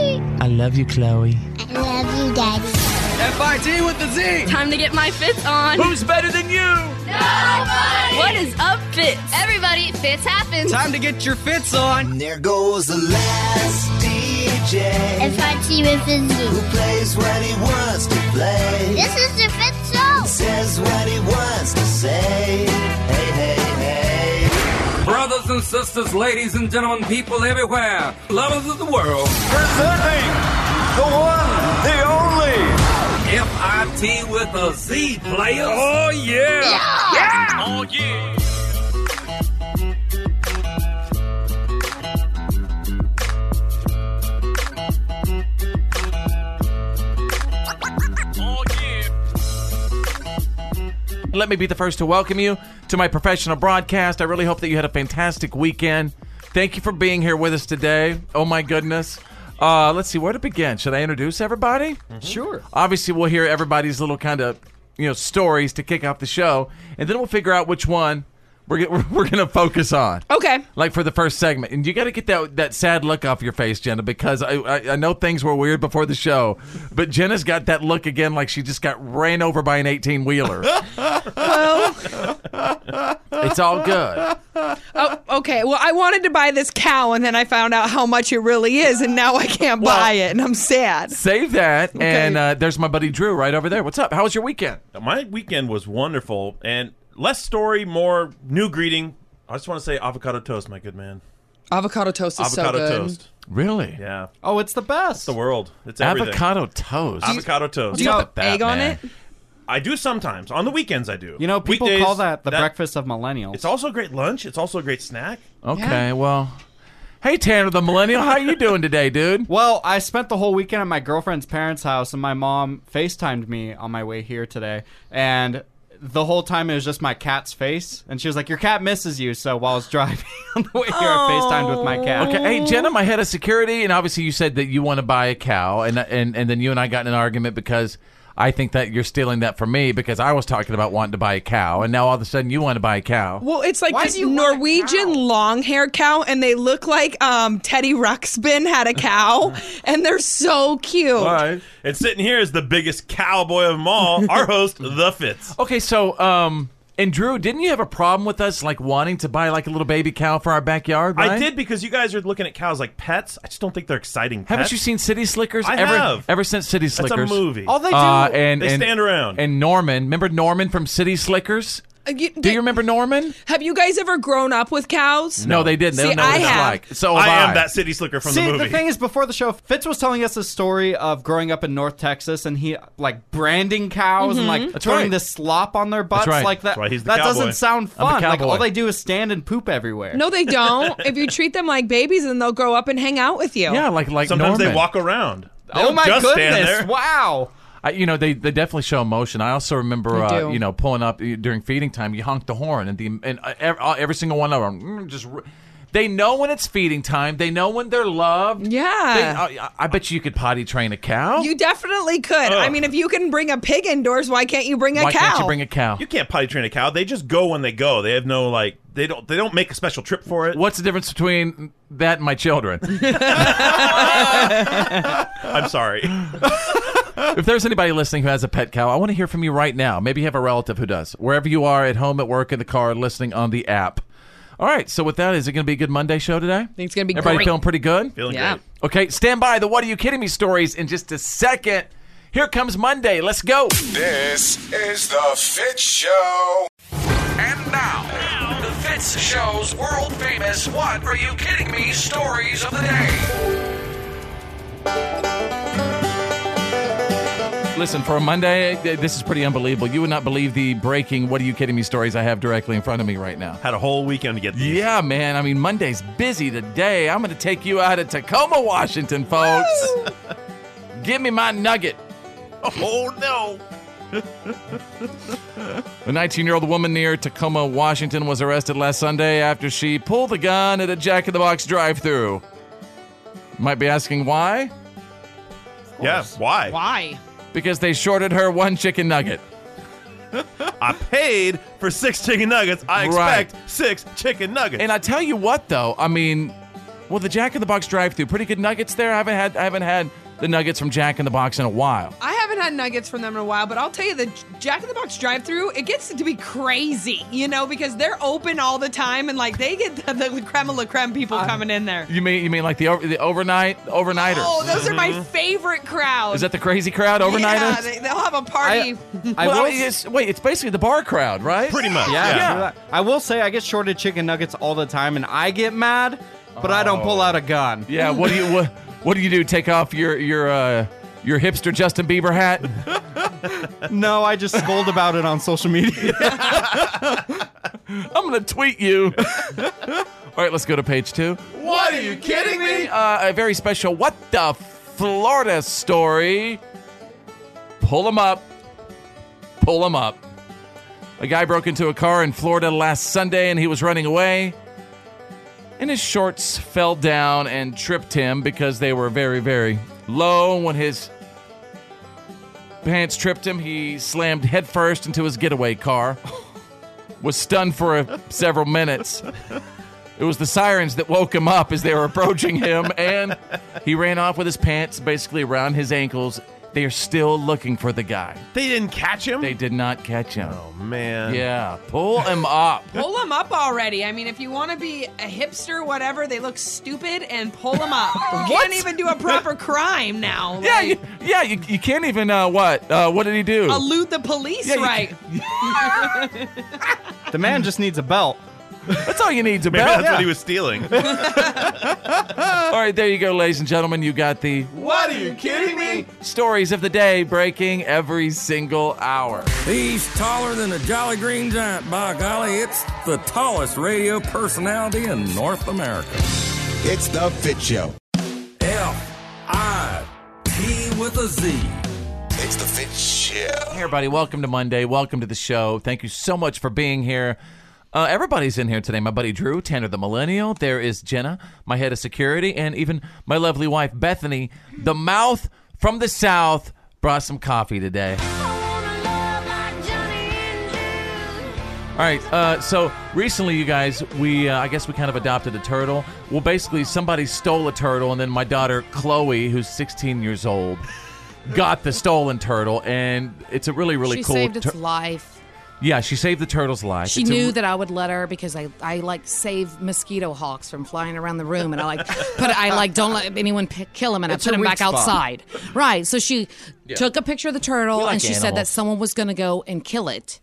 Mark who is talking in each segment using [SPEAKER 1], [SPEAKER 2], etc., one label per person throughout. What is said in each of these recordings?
[SPEAKER 1] love you, Chloe.
[SPEAKER 2] I love you, Daddy.
[SPEAKER 3] FIT with the Z.
[SPEAKER 4] Time to get my fits on.
[SPEAKER 3] Who's better than you?
[SPEAKER 4] What is up, fits?
[SPEAKER 5] Everybody, fits happens.
[SPEAKER 3] Time to get your fits on.
[SPEAKER 6] There goes the last DJ
[SPEAKER 2] If I see with
[SPEAKER 6] who
[SPEAKER 2] the Z.
[SPEAKER 6] plays what he wants to play,
[SPEAKER 2] This is the Fit Show.
[SPEAKER 6] says what he wants to say. Hey, hey, hey.
[SPEAKER 7] Brothers and sisters, ladies and gentlemen, people everywhere, lovers of the world,
[SPEAKER 8] Presenting the one, the only.
[SPEAKER 7] FIT with a Z players.
[SPEAKER 8] Oh, yeah.
[SPEAKER 9] Let me be the first to welcome you to my professional broadcast. I really hope that you had a fantastic weekend. Thank you for being here with us today. Oh my goodness. Uh, let's see where to begin. Should I introduce everybody?
[SPEAKER 3] Sure.
[SPEAKER 9] Obviously, we'll hear everybody's little kind of you know stories to kick off the show, and then we'll figure out which one we're we're, we're going to focus on.
[SPEAKER 4] Okay.
[SPEAKER 9] Like for the first segment, and you got to get that that sad look off your face, Jenna, because I, I I know things were weird before the show, but Jenna's got that look again, like she just got ran over by an eighteen wheeler. it's all good.
[SPEAKER 4] Oh, okay. Well, I wanted to buy this cow, and then I found out how much it really is, and now I can't buy it, and I'm sad.
[SPEAKER 9] Save that, and uh, there's my buddy Drew right over there. What's up? How was your weekend?
[SPEAKER 8] My weekend was wonderful and less story, more new greeting. I just want to say avocado toast, my good man.
[SPEAKER 4] Avocado toast is
[SPEAKER 8] avocado
[SPEAKER 4] so good.
[SPEAKER 8] toast.
[SPEAKER 9] Really?
[SPEAKER 8] Yeah.
[SPEAKER 3] Oh, it's the best.
[SPEAKER 8] The world. It's everything.
[SPEAKER 9] Avocado toast.
[SPEAKER 8] Avocado toast.
[SPEAKER 4] Do you
[SPEAKER 9] Look
[SPEAKER 4] put
[SPEAKER 9] at that,
[SPEAKER 4] egg on
[SPEAKER 9] man.
[SPEAKER 4] it?
[SPEAKER 8] I do sometimes. On the weekends, I do.
[SPEAKER 3] You know, people
[SPEAKER 8] Weekdays,
[SPEAKER 3] call that the breakfast of millennials.
[SPEAKER 8] It's also a great lunch. It's also a great snack.
[SPEAKER 9] Okay,
[SPEAKER 4] Yeah.
[SPEAKER 9] well, hey Tanner the Millennial, how you doing today, dude?
[SPEAKER 3] well, I spent the whole weekend at my girlfriend's parents' house, and my mom FaceTimed me on my way here today. And the whole time it was just my cat's face. And she was like, Your cat misses you. So while I was driving on the way here, I FaceTimed with my cat.
[SPEAKER 9] Okay, hey Jenna, my head of security, and obviously you said that you want to buy a cow, and and and then you and I got in an argument because I think that you're stealing that from me because I was talking about wanting to buy a cow, and now all of a sudden you want to buy a cow.
[SPEAKER 4] Well, it's like
[SPEAKER 3] Why
[SPEAKER 4] this
[SPEAKER 3] do you want a
[SPEAKER 4] Norwegian
[SPEAKER 3] cow?
[SPEAKER 4] long hair cow, and they look like um, Teddy Ruxpin had a cow, and they're so cute.
[SPEAKER 8] And sitting here is the biggest cowboy of them all, our host, The
[SPEAKER 3] Oh,
[SPEAKER 8] Fitz.
[SPEAKER 9] Okay, so um. And Drew, didn't you have a problem with us like wanting to buy like a little baby cow for our backyard?
[SPEAKER 8] I
[SPEAKER 9] right?
[SPEAKER 8] did because you guys are looking at cows like pets. I just don't think they're exciting.
[SPEAKER 9] Haven't
[SPEAKER 8] pets.
[SPEAKER 9] you seen City Slickers?
[SPEAKER 8] I
[SPEAKER 9] ever,
[SPEAKER 8] have.
[SPEAKER 9] Ever since City
[SPEAKER 8] That's
[SPEAKER 9] Slickers,
[SPEAKER 8] a movie.
[SPEAKER 3] All they do.
[SPEAKER 9] Uh, and
[SPEAKER 8] They
[SPEAKER 9] and-
[SPEAKER 8] stand around.
[SPEAKER 9] And Norman, remember Norman from City Slickers?
[SPEAKER 4] Uh, you-
[SPEAKER 9] Do you remember Norman?
[SPEAKER 4] Have you guys ever grown up with cows?
[SPEAKER 9] No, they didn't. They
[SPEAKER 4] See,
[SPEAKER 9] don't know what
[SPEAKER 4] I
[SPEAKER 9] it's
[SPEAKER 4] have.
[SPEAKER 9] like. So have
[SPEAKER 8] I
[SPEAKER 9] I,
[SPEAKER 8] am that city slicker from
[SPEAKER 3] Oh, See,
[SPEAKER 8] the
[SPEAKER 3] the,
[SPEAKER 8] movie.
[SPEAKER 3] thing is, before the show, Fitz was telling us a story of growing up in North Texas, and he like branding cows and like throwing
[SPEAKER 9] right.
[SPEAKER 3] the slop on their butts
[SPEAKER 9] right.
[SPEAKER 3] like that.
[SPEAKER 8] That's why he's the
[SPEAKER 3] that
[SPEAKER 8] cowboy.
[SPEAKER 3] doesn't sound
[SPEAKER 9] I'm a
[SPEAKER 3] fun. Like
[SPEAKER 9] cowboy.
[SPEAKER 3] all they do is stand and poop everywhere.
[SPEAKER 4] No, they don't. if you treat them like babies, then they'll grow up and hang out with you.
[SPEAKER 9] Yeah, like like
[SPEAKER 8] Sometimes
[SPEAKER 9] Norman.
[SPEAKER 8] they walk around. They
[SPEAKER 3] Oh
[SPEAKER 8] don't
[SPEAKER 3] my
[SPEAKER 8] just Stand
[SPEAKER 3] goodness!
[SPEAKER 8] there.
[SPEAKER 3] Wow.
[SPEAKER 9] I, you know, they, they definitely show emotion. I also remember,
[SPEAKER 4] They
[SPEAKER 9] uh,
[SPEAKER 4] do.
[SPEAKER 9] you know, pulling up uh, during feeding time. You honk the horn, and the and uh, every, uh, every single one of them mm, just. r- They know when it's feeding time. They know when they're loved.
[SPEAKER 4] Yeah.
[SPEAKER 9] They- uh, I- I bet you you could potty train a cow.
[SPEAKER 4] You definitely could. I
[SPEAKER 8] Ugh.
[SPEAKER 4] mean, if you can bring a pig indoors, why can't you bring a
[SPEAKER 9] Why
[SPEAKER 4] cow?
[SPEAKER 9] can't you bring a cow?
[SPEAKER 8] You can't potty train a cow. They just go when they go. They have no like. They don't. They don't make a special trip for it.
[SPEAKER 9] What's the difference between that and my children?
[SPEAKER 8] I'm sorry.
[SPEAKER 9] If there's anybody listening who has a pet cow, I want to hear from you right now. Maybe you have a relative who does. Wherever you are, at home, at work, in the car, listening on the app. All right. So with that, is it going to be a good Monday show today? I
[SPEAKER 4] think it's gonna be
[SPEAKER 9] Everybody
[SPEAKER 4] great.
[SPEAKER 9] feeling pretty good.
[SPEAKER 8] Feeling
[SPEAKER 4] Yeah.
[SPEAKER 8] great.
[SPEAKER 9] Okay, stand by the "What Are You Kidding Me" stories in just a second. Here comes Monday. Let's go.
[SPEAKER 10] This is the Fit Show.
[SPEAKER 7] And now, the Fitz Show's world famous What Are You Kidding Me stories of the day.
[SPEAKER 9] Listen, for a Monday, th- this is pretty unbelievable. You would not believe the breaking "What Are You Kidding Me" stories I have directly in front of me right now.
[SPEAKER 8] Had a whole weekend to get these.
[SPEAKER 9] Yeah, man. I mean, Monday's busy today. I'm going to take you out of Tacoma, Washington, folks. Give me my nugget.
[SPEAKER 8] Oh no.
[SPEAKER 9] A 19 year old woman near Tacoma, Washington was arrested last Sunday after she pulled a gun at a Jack in the Box drive thru. Might be asking why?
[SPEAKER 8] Yeah. Why?
[SPEAKER 4] Why?
[SPEAKER 9] Because they shorted her one chicken nugget.
[SPEAKER 8] I paid for six chicken nuggets. I
[SPEAKER 9] Right.
[SPEAKER 8] expect six chicken nuggets.
[SPEAKER 9] And I tell you what, though, I mean, well, the Jack in the Box drive-through, pretty good nuggets there. I haven't had, I haven't had the nuggets from Jack in the Box in a while.
[SPEAKER 4] I haven't had nuggets from them in a while, but I'll tell you the Jack in the Box drive-through, it gets to be crazy, you know, because they're open all the time and like they get the, the creme de la creme people coming in there.
[SPEAKER 9] You mean you mean like the over, the overnight overnighters?
[SPEAKER 4] Oh, those are my favorite crowds.
[SPEAKER 9] Mm-hmm. Is that the crazy crowd overnighters?
[SPEAKER 4] Yeah, they, they'll have a party.
[SPEAKER 3] I, I
[SPEAKER 9] well,
[SPEAKER 3] will.
[SPEAKER 9] it's,
[SPEAKER 3] s-
[SPEAKER 9] wait, it's basically the bar crowd, right?
[SPEAKER 8] Pretty much.
[SPEAKER 3] Yeah,
[SPEAKER 8] yeah.
[SPEAKER 3] yeah. I will say I get shorted chicken nuggets all the time, and I get mad, but I don't
[SPEAKER 9] Oh.
[SPEAKER 3] pull out a gun.
[SPEAKER 9] Yeah. What do you what, what do you do? Take off your your uh, your hipster Justin Bieber hat?
[SPEAKER 3] No, I just scold about it on social media.
[SPEAKER 9] I'm gonna tweet you. All right, let's go to page two. What are you kidding me? Uh, a very special what the Florida story. Pull them up. Pull them up. A guy broke into a car in Florida last Sunday and he was running away. And his shorts fell down and tripped him because they were very, very low. When his pants tripped him, he slammed headfirst into his getaway car was stunned for a, several minutes. It was the sirens that woke him up as they were approaching him, and he ran off with his pants basically around his ankles. They are still looking for the guy.
[SPEAKER 8] They didn't catch him.
[SPEAKER 9] They did not catch him.
[SPEAKER 8] oh man.
[SPEAKER 9] Yeah, pull him up.
[SPEAKER 4] pull them up already. I mean, if you want to be a hipster, whatever, they look stupid and pull them up. You can't even do a proper crime now.
[SPEAKER 9] Yeah,
[SPEAKER 4] Like,
[SPEAKER 9] you, yeah, you, you can't even. Uh, what? Uh, what did he do?
[SPEAKER 4] elude the police,
[SPEAKER 9] Yeah, you
[SPEAKER 4] right?
[SPEAKER 3] the man just needs a belt.
[SPEAKER 9] That's all you need to
[SPEAKER 8] Maybe
[SPEAKER 9] know.
[SPEAKER 8] that's what he was stealing.
[SPEAKER 9] All right, there you go, ladies and gentlemen. You got the. What are you kidding me? Stories of the day breaking every single hour.
[SPEAKER 1] He's taller than a Jolly Green Giant. By golly, it's the tallest radio personality in North America.
[SPEAKER 6] It's the Fit Show.
[SPEAKER 1] F I T with a Z.
[SPEAKER 10] It's the Fit Show.
[SPEAKER 9] Hey, everybody, welcome to Monday. Welcome to the show. Thank you so much for being here. Uh, everybody's in here today. My buddy Drew, Tanner the Millennial. There is Jenna, my head of security, and even my lovely wife, Bethany, the mouth from the South, brought some coffee today. All right. Uh, so recently, you guys, we uh, I guess we kind of adopted a turtle. Well, basically, somebody stole a turtle, and then my daughter Chloe, who's 16 years old, got the stolen turtle, and it's a really really
[SPEAKER 11] she
[SPEAKER 9] cool.
[SPEAKER 11] saved its
[SPEAKER 9] tur-
[SPEAKER 11] life.
[SPEAKER 9] yeah, she saved the turtle's life.
[SPEAKER 11] She
[SPEAKER 9] It's a
[SPEAKER 11] knew
[SPEAKER 9] re-
[SPEAKER 11] that I would let her because I, I like save mosquito hawks from flying around the room and I like put I like don't let anyone p- kill them and
[SPEAKER 3] It's
[SPEAKER 11] I put
[SPEAKER 3] her
[SPEAKER 11] him
[SPEAKER 3] weak
[SPEAKER 11] back
[SPEAKER 3] spot.
[SPEAKER 11] outside. Right. So she took a picture of the turtle
[SPEAKER 9] We like
[SPEAKER 11] and she said
[SPEAKER 9] animals.
[SPEAKER 11] that someone was going to go and kill it.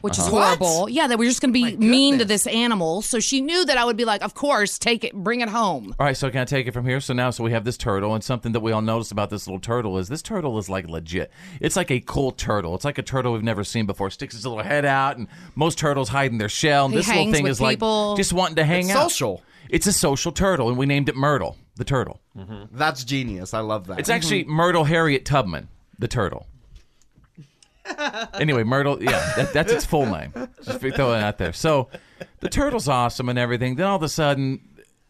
[SPEAKER 11] Which is horrible. Yeah, they were just going to be mean to this animal. So she knew that I would be like, of course, take it, bring it home.
[SPEAKER 9] All right, so can I take it from here? So now, so we have this turtle, and something that we all noticed about this little turtle is this turtle is like legit. It's like a cool turtle. It's like a turtle we've never seen before. Sticks his little head out, and most turtles hide in their shell. And
[SPEAKER 11] He
[SPEAKER 9] this little
[SPEAKER 11] hangs
[SPEAKER 9] thing
[SPEAKER 11] with
[SPEAKER 9] is
[SPEAKER 11] people.
[SPEAKER 9] like just wanting to hang
[SPEAKER 3] It's
[SPEAKER 9] out.
[SPEAKER 3] social.
[SPEAKER 9] It's a social turtle, and we named it Myrtle, the turtle.
[SPEAKER 3] That's genius. I love that.
[SPEAKER 9] It's actually
[SPEAKER 8] Mm-hmm.
[SPEAKER 9] Myrtle Harriet Tubman, the turtle. anyway, Myrtle, yeah, that, that's its full name. Just throw it out there. So the turtle's awesome and everything. Then all of a sudden,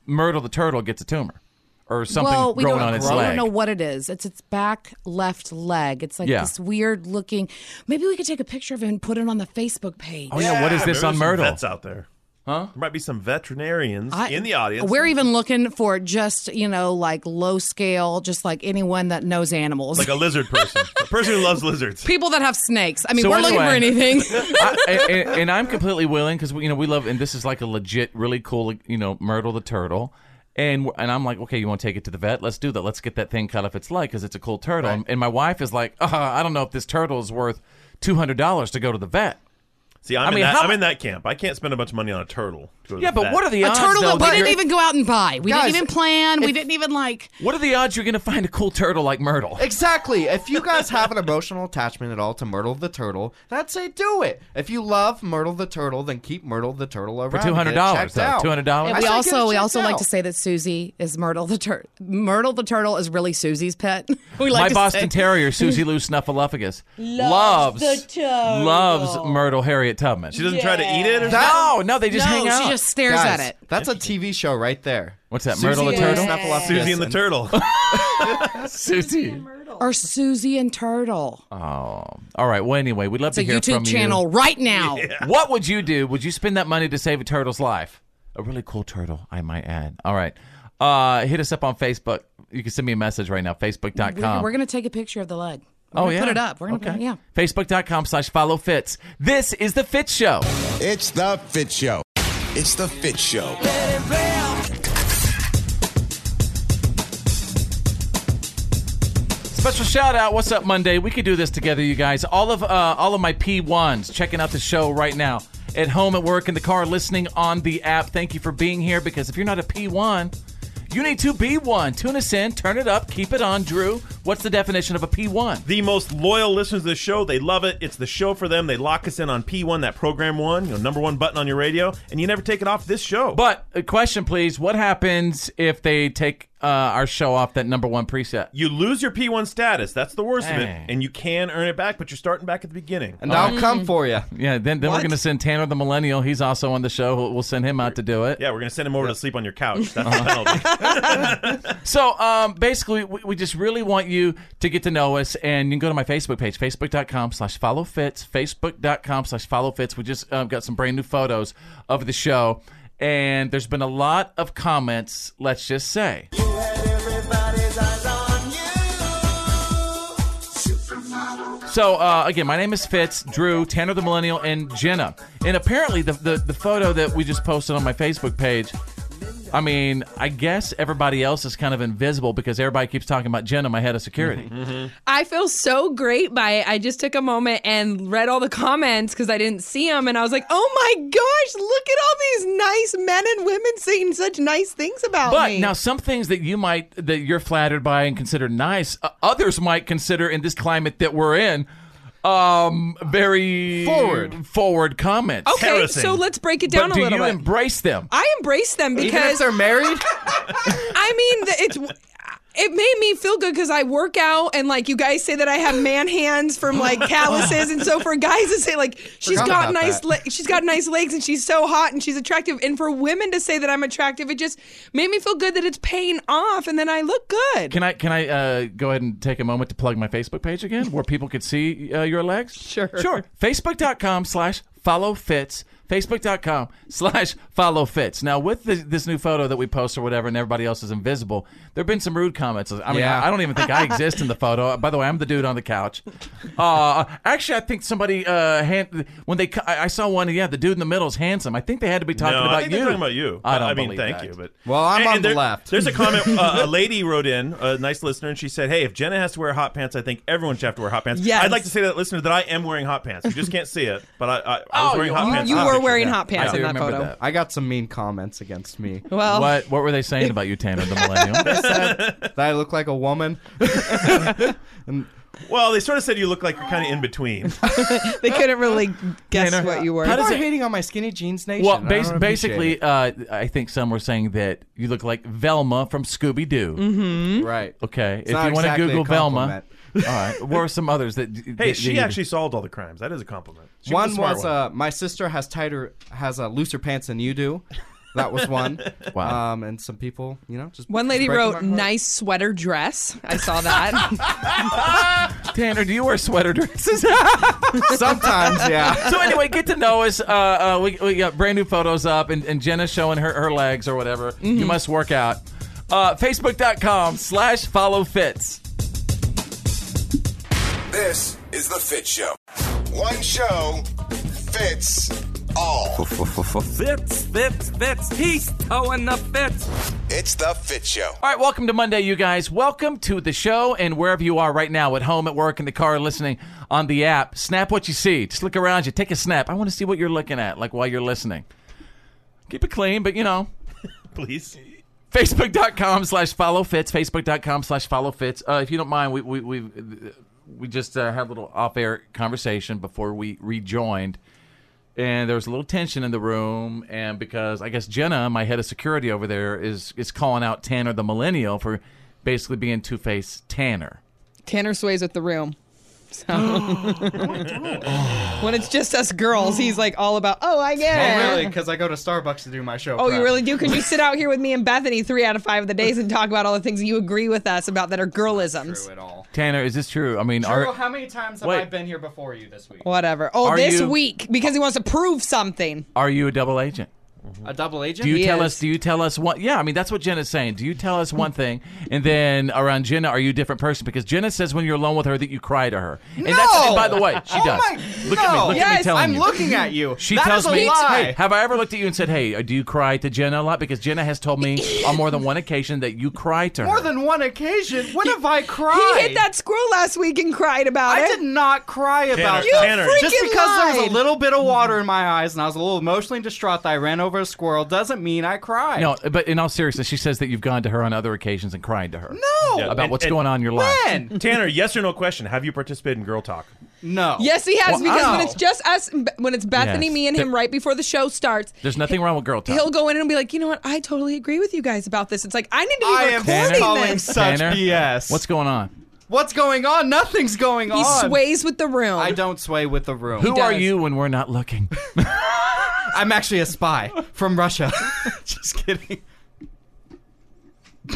[SPEAKER 9] Myrtle the turtle gets a tumor or something
[SPEAKER 11] well, we
[SPEAKER 9] growing
[SPEAKER 11] don't,
[SPEAKER 9] on its
[SPEAKER 11] we
[SPEAKER 9] leg.
[SPEAKER 11] don't know what it is. It's its back left leg. It's like
[SPEAKER 9] Yeah.
[SPEAKER 11] this weird looking. Maybe we could take a picture of it and put it on the Facebook page.
[SPEAKER 9] Oh yeah, what is
[SPEAKER 8] Maybe
[SPEAKER 9] this on
[SPEAKER 8] there's some
[SPEAKER 9] Myrtle?
[SPEAKER 8] Vets out there. Huh? There might be some veterinarians
[SPEAKER 11] I-
[SPEAKER 8] in the audience.
[SPEAKER 11] We're even looking for just you know like low scale, just like anyone that knows animals,
[SPEAKER 8] like a lizard person, a person who loves lizards.
[SPEAKER 11] people that have snakes. I mean,
[SPEAKER 9] So
[SPEAKER 11] we're looking for
[SPEAKER 9] anyway-
[SPEAKER 11] anything.
[SPEAKER 9] I, and- and, and I'm completely willing because you know we love, and this is like a legit, really cool, you know, Myrtle the turtle. And we're- and I'm like, okay, you want to take it to the vet? Let's do that. Let's get that thing cut off its leg because it's a cool turtle. And, and my wife is like, uh, I don't know if this turtle is worth two hundred dollars to go to the vet.
[SPEAKER 8] See, I'm,
[SPEAKER 9] I mean,
[SPEAKER 8] in that,
[SPEAKER 9] how
[SPEAKER 8] I'm
[SPEAKER 9] mu-
[SPEAKER 8] in that camp. I can't spend a bunch of money on a turtle. to go to
[SPEAKER 9] Yeah,
[SPEAKER 8] the
[SPEAKER 9] but
[SPEAKER 8] vet.
[SPEAKER 9] what are the
[SPEAKER 11] a
[SPEAKER 9] odds?
[SPEAKER 11] turtle
[SPEAKER 9] though,
[SPEAKER 11] that we
[SPEAKER 9] that
[SPEAKER 11] didn't
[SPEAKER 9] you're-
[SPEAKER 11] even go out and buy. We
[SPEAKER 3] Guys,
[SPEAKER 11] didn't even plan. We didn't even like.
[SPEAKER 9] What are the odds you're going to find a cool turtle like Myrtle?
[SPEAKER 3] Exactly. If you guys have an emotional attachment at all to Myrtle the Turtle, that's say do it. If you love Myrtle the Turtle, then keep Myrtle the Turtle around.
[SPEAKER 9] For two hundred dollars,
[SPEAKER 3] Get it
[SPEAKER 9] though.
[SPEAKER 3] checked
[SPEAKER 9] Two hundred
[SPEAKER 3] out.
[SPEAKER 9] dollars.
[SPEAKER 11] And we
[SPEAKER 3] said get
[SPEAKER 11] also
[SPEAKER 3] it
[SPEAKER 11] we
[SPEAKER 3] checked
[SPEAKER 11] also like
[SPEAKER 3] out.
[SPEAKER 11] to say that Susie is Myrtle the turtle. Myrtle the turtle is really Susie's pet. we like
[SPEAKER 9] my
[SPEAKER 11] to
[SPEAKER 9] Boston
[SPEAKER 11] say.
[SPEAKER 9] Terrier, Susie Lou Snuffleupagus, loves loves Myrtle Harriet Tubman.
[SPEAKER 8] She doesn't try to eat it or something.
[SPEAKER 9] no, no, they just
[SPEAKER 11] no,
[SPEAKER 9] hang out.
[SPEAKER 11] she just stares
[SPEAKER 3] Guys,
[SPEAKER 11] at it.
[SPEAKER 3] That's a TV show right there.
[SPEAKER 9] What's that, Myrtle the
[SPEAKER 3] and
[SPEAKER 9] Turtle?
[SPEAKER 3] Snuffleupagus
[SPEAKER 8] Susie and the Turtle.
[SPEAKER 9] Susie.
[SPEAKER 11] Or Susie and Turtle.
[SPEAKER 9] All right. Well, anyway, we'd love
[SPEAKER 11] It's a
[SPEAKER 9] to hear from
[SPEAKER 11] YouTube channel right now.
[SPEAKER 9] you. What would you do? Would you spend that money to save a turtle's life? A really cool turtle, I might add. All right. Uh, hit us up on Facebook. You can send me a message right now,
[SPEAKER 11] We're,
[SPEAKER 9] facebook.com.
[SPEAKER 11] we're gonna take a picture of the leg. We're
[SPEAKER 9] Oh,
[SPEAKER 11] gonna Put
[SPEAKER 9] yeah.
[SPEAKER 11] it up. We're gonna.
[SPEAKER 9] Okay.
[SPEAKER 11] Yeah.
[SPEAKER 9] Facebook.com slash follow Fitz. This is The Fit Show.
[SPEAKER 10] It's the Fit Show. It's the Fit Show.
[SPEAKER 9] Special shout out. What's up, Monday? We could do this together, you guys. All of uh, all of my P1s checking out the show right now. At home, at work, in the car, listening on the app. Thank you for being here because if you're not a P1, you need to be one. Tune us in, turn it up, keep it on. Drew, what's the definition of a P1?
[SPEAKER 8] The most loyal listeners to the show, they love it. It's the show for them. They lock us in on P1, that program one, you know, number one button on your radio, and you never take it off this show.
[SPEAKER 9] But a question, please. What happens if they take uh, our show off that number one preset?
[SPEAKER 8] You lose your P1 status. That's the worst of
[SPEAKER 9] Dang.
[SPEAKER 8] it. And you can earn it back, but you're starting back at the beginning.
[SPEAKER 3] And I'll
[SPEAKER 9] Oh.
[SPEAKER 3] come for you.
[SPEAKER 9] Yeah, then, then we're
[SPEAKER 8] What?
[SPEAKER 9] going to send Tanner the Millennial. He's also on the show. We'll, we'll send him out to do it.
[SPEAKER 8] Yeah, we're going to send him over to sleep on your couch. That's the penalty.
[SPEAKER 9] So um, basically, we, we just really want you to get to know us, and you can go to my Facebook page, facebook.com slash follow fits, facebook.com slash follow fits. We just um, got some brand new photos of the show, and there's been a lot of comments, let's just say. So uh, again, my name is Fitz, Drew, Tanner the Millennial, and Jenna. And apparently, the, the the photo that we just posted on my Facebook page. I mean, I guess everybody else is kind of invisible because everybody keeps talking about Jenna, my head of security.
[SPEAKER 4] I feel so great by it. I just took a moment and read all the comments because I didn't see them. And I was like, oh my gosh, look at all these nice men and women saying such nice things about
[SPEAKER 9] But
[SPEAKER 4] me.
[SPEAKER 9] now, some things that you might that you're flattered by and consider nice, uh, others might consider in this climate that we're in, um, very
[SPEAKER 3] Forward.
[SPEAKER 9] forward comments.
[SPEAKER 4] okay, so let's break it down
[SPEAKER 9] but
[SPEAKER 4] a
[SPEAKER 9] do
[SPEAKER 4] little
[SPEAKER 9] you
[SPEAKER 4] bit.
[SPEAKER 9] embrace them?
[SPEAKER 4] I embrace them because
[SPEAKER 3] Even if they're married,
[SPEAKER 4] I mean, th- it's it made me feel good because I work out and like you guys say that I have man hands from like calluses, and so for guys to say like she's
[SPEAKER 3] Forgot
[SPEAKER 4] got
[SPEAKER 3] about
[SPEAKER 4] nice
[SPEAKER 3] that.
[SPEAKER 4] le- she's got nice legs and she's so hot and she's attractive, and for women to say that I'm attractive, it just made me feel good that it's paying off and then I look good.
[SPEAKER 9] Can I can I uh, go ahead and take a moment to plug my Facebook page again, where people could see uh, your legs? Sure, sure. Facebook.com slash follow fits. Facebook.com slash follow fits. Now, with the, this new photo that we post or whatever, and everybody else is invisible, there have been some rude comments. I mean,
[SPEAKER 3] Yeah.
[SPEAKER 9] I, I don't even think I exist in the photo. By the way, I'm the dude on the couch. Uh, actually, I think somebody, uh, hand, when they, co- I I saw one, yeah, the dude in the middle is handsome. I think they had to be talking
[SPEAKER 8] no,
[SPEAKER 9] about
[SPEAKER 8] I think
[SPEAKER 9] you.
[SPEAKER 8] They're talking about you.
[SPEAKER 9] I don't
[SPEAKER 8] mean,
[SPEAKER 9] believe
[SPEAKER 8] thank
[SPEAKER 9] that.
[SPEAKER 8] you. But
[SPEAKER 3] Well, I'm on the
[SPEAKER 8] there-
[SPEAKER 3] left.
[SPEAKER 8] There's a comment. Uh, a lady wrote in, a nice listener, and she said, "Hey, if Jenna has to wear hot pants, I think everyone should have to wear hot pants."
[SPEAKER 4] Yes.
[SPEAKER 8] I'd like to say to that listener that I am wearing hot pants. You just can't see it, but I, I, I was
[SPEAKER 9] Oh,
[SPEAKER 8] wearing
[SPEAKER 9] you
[SPEAKER 8] hot
[SPEAKER 9] are?
[SPEAKER 8] pants.
[SPEAKER 4] you
[SPEAKER 8] in that
[SPEAKER 4] were
[SPEAKER 8] picture.
[SPEAKER 4] wearing
[SPEAKER 8] Yeah.
[SPEAKER 4] hot pants
[SPEAKER 9] I
[SPEAKER 4] in
[SPEAKER 9] do
[SPEAKER 4] that
[SPEAKER 9] remember
[SPEAKER 4] photo.
[SPEAKER 9] that.
[SPEAKER 3] I got some mean comments against me.
[SPEAKER 4] Well,
[SPEAKER 9] What, what were they saying about you, Tanner, the millennial?
[SPEAKER 3] That I look like a woman.
[SPEAKER 8] Well, they sort of said you look like you're kind of in between.
[SPEAKER 4] they couldn't really guess
[SPEAKER 9] Tanner,
[SPEAKER 4] what you were.
[SPEAKER 9] how
[SPEAKER 3] How
[SPEAKER 9] does
[SPEAKER 3] does
[SPEAKER 9] it-
[SPEAKER 3] hating on my skinny jeans nation?
[SPEAKER 9] Well,
[SPEAKER 3] I don't
[SPEAKER 9] bas-
[SPEAKER 3] appreciate
[SPEAKER 9] basically, uh, I think some were saying that you look like Velma from Scooby Doo.
[SPEAKER 3] it. right?
[SPEAKER 9] hmm? Okay,
[SPEAKER 3] It's
[SPEAKER 9] if
[SPEAKER 3] Mm-hmm. not
[SPEAKER 9] you want to
[SPEAKER 3] exactly a
[SPEAKER 9] Google Velma,
[SPEAKER 3] compliment.
[SPEAKER 9] all right. What were some others that? d-
[SPEAKER 8] hey,
[SPEAKER 9] that- that
[SPEAKER 8] she
[SPEAKER 9] you-
[SPEAKER 8] actually solved all the crimes. That is a compliment. She
[SPEAKER 3] one
[SPEAKER 8] a smart
[SPEAKER 3] was uh, my sister has tighter, has uh, looser pants than you do. That was one.
[SPEAKER 9] Wow.
[SPEAKER 3] Um, and some people, you know, just
[SPEAKER 4] One lady
[SPEAKER 3] breaking
[SPEAKER 4] wrote
[SPEAKER 3] my heart.
[SPEAKER 4] nice sweater dress. I saw that.
[SPEAKER 9] Tanner, do you wear sweater dresses?
[SPEAKER 3] Sometimes, yeah.
[SPEAKER 9] so anyway, get to know us. Uh, uh, we, we got brand new photos up, and, and Jenna showing her, her legs or whatever. You
[SPEAKER 3] Mm-hmm.
[SPEAKER 9] must work out. Uh, Facebook.com slash follow fits.
[SPEAKER 10] This is the Fit Show. One show fits all.
[SPEAKER 1] Fits, fits, fits. He's towing the fits.
[SPEAKER 10] It's the Fit Show.
[SPEAKER 9] All right, welcome to Monday, you guys. Welcome to the show, and wherever you are right now, at home, at work, in the car, listening on the app, snap what you see. Just look around you, take a snap. I want to see what you're looking at, like while you're listening. Keep it clean, but you know,
[SPEAKER 8] one. Please.
[SPEAKER 9] Facebook.com slash follow fits, Facebook.com slash follow fits. Uh, if you don't mind, we we we, we just uh, had a little off air conversation before we rejoined. And there was a little tension in the room, and because I guess Jenna, my head of security over there, is is calling out Tanner the millennial for basically being Two Face Tanner.
[SPEAKER 4] Tanner sways with the room. So when it's just us girls, he's like all about, oh, I get it.
[SPEAKER 3] Oh, really? Because I go to Starbucks to do my show.
[SPEAKER 4] Oh, you
[SPEAKER 3] prep.
[SPEAKER 4] really do? Because you sit out here with me and Bethany three out of five of the days and talk about all the things you agree with us about that are girlisms.
[SPEAKER 3] True eh? at all.
[SPEAKER 9] Tanner, is this true? I mean,
[SPEAKER 3] Drew,
[SPEAKER 9] are
[SPEAKER 3] how many times have
[SPEAKER 9] Wait.
[SPEAKER 3] I been here before you this week?
[SPEAKER 4] Whatever. Oh,
[SPEAKER 9] Are
[SPEAKER 4] this
[SPEAKER 9] you-
[SPEAKER 4] week because he wants to prove something.
[SPEAKER 9] are you a double agent?
[SPEAKER 3] A double agent?
[SPEAKER 9] Do you tell us? Do you tell us what? Yeah, I mean that's what Jenna's saying. Do you tell us one thing, and then around Jenna, are you a different person? Because Jenna says when you're alone with her that you cry to her. And that's
[SPEAKER 3] No!
[SPEAKER 9] and by the way, she
[SPEAKER 3] Oh
[SPEAKER 9] does.
[SPEAKER 3] my-
[SPEAKER 9] look at me.
[SPEAKER 3] no.
[SPEAKER 9] Look at me
[SPEAKER 3] Yes,
[SPEAKER 9] telling
[SPEAKER 3] I'm
[SPEAKER 9] you.
[SPEAKER 3] looking at you.
[SPEAKER 9] She
[SPEAKER 3] That
[SPEAKER 9] tells
[SPEAKER 3] is a
[SPEAKER 9] me,
[SPEAKER 3] lie.
[SPEAKER 9] "Hey, have I ever looked at you and said, "Hey, uh, do you cry to Jenna a lot?" Because Jenna has told me on more than one occasion that you cry to her.
[SPEAKER 3] More than one occasion. When have I cried?
[SPEAKER 4] He hit that squirrel last week and cried about
[SPEAKER 3] I
[SPEAKER 4] it.
[SPEAKER 3] did not cry about
[SPEAKER 4] You
[SPEAKER 3] that.
[SPEAKER 4] freaking
[SPEAKER 3] Just because there was
[SPEAKER 4] lied.
[SPEAKER 3] a little bit of water in my eyes and I was a little emotionally distraught that I ran over a squirrel doesn't mean I cried.
[SPEAKER 9] No, but in all seriousness, she says that you've gone to her on other occasions and cried to her.
[SPEAKER 3] No!
[SPEAKER 9] about what's going on in your life.
[SPEAKER 8] Tanner, yes or no question? Have you participated in girl talk?
[SPEAKER 3] No.
[SPEAKER 4] Yes, he has
[SPEAKER 8] Well,
[SPEAKER 4] because
[SPEAKER 8] I-
[SPEAKER 4] when it's just us, when it's Bethany,
[SPEAKER 8] Yes.
[SPEAKER 4] me, and him,
[SPEAKER 8] There-
[SPEAKER 4] right before the show starts,
[SPEAKER 9] There's nothing wrong with girl talk.
[SPEAKER 4] he'll go in and be like, "You know what? I totally agree with you guys about this." It's like I need to be
[SPEAKER 3] I am
[SPEAKER 4] recording
[SPEAKER 3] calling
[SPEAKER 4] this.
[SPEAKER 3] such
[SPEAKER 9] Tanner,
[SPEAKER 3] BS.
[SPEAKER 9] What's going on?
[SPEAKER 3] What's going on? Nothing's going
[SPEAKER 4] He
[SPEAKER 3] on.
[SPEAKER 4] sways with the room.
[SPEAKER 3] I don't sway with the room.
[SPEAKER 9] Who are you when we're not looking?
[SPEAKER 3] I'm actually a spy from Russia. Just kidding.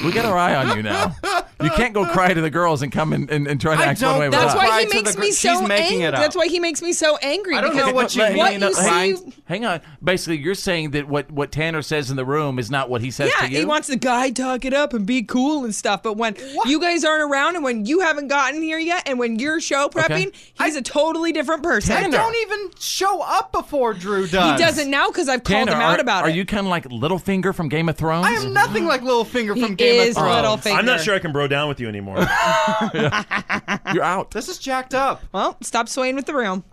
[SPEAKER 9] We got our eye on you now. You can't go cry to the girls and come and, and, and try to
[SPEAKER 3] I
[SPEAKER 9] act one
[SPEAKER 3] don't-
[SPEAKER 9] way with
[SPEAKER 4] That's
[SPEAKER 9] us.
[SPEAKER 4] why
[SPEAKER 3] Cry
[SPEAKER 4] he
[SPEAKER 3] to the
[SPEAKER 4] makes
[SPEAKER 3] gr-
[SPEAKER 4] me
[SPEAKER 3] she's
[SPEAKER 4] so
[SPEAKER 3] making
[SPEAKER 4] angry.
[SPEAKER 3] it up.
[SPEAKER 4] That's why he makes me so angry.
[SPEAKER 3] I don't
[SPEAKER 4] because
[SPEAKER 3] know what you
[SPEAKER 9] Let-
[SPEAKER 3] mean.
[SPEAKER 9] hang on,
[SPEAKER 4] see-
[SPEAKER 9] hang- Hang on. Basically, you're saying that what, what Tanner says in the room is not what he says
[SPEAKER 4] Yeah,
[SPEAKER 9] to you.
[SPEAKER 4] he wants the guy talk it up and be cool and stuff. But when you guys aren't around and when you haven't gotten here yet and when you're show prepping, he's a totally different person.
[SPEAKER 3] I don't even show up before Drew does.
[SPEAKER 4] He doesn't now because I've called
[SPEAKER 9] Tanner,
[SPEAKER 4] him out
[SPEAKER 9] are,
[SPEAKER 4] about
[SPEAKER 9] are
[SPEAKER 4] it.
[SPEAKER 9] you kind of like Littlefinger from Game of Thrones?
[SPEAKER 3] I am nothing like Littlefinger
[SPEAKER 4] He
[SPEAKER 3] from Game
[SPEAKER 4] is
[SPEAKER 3] of Thrones.
[SPEAKER 4] Littlefinger.
[SPEAKER 8] I'm not sure I can bro down with you anymore.
[SPEAKER 9] You're out.
[SPEAKER 3] This is jacked up.
[SPEAKER 4] Well, stop swaying with the room.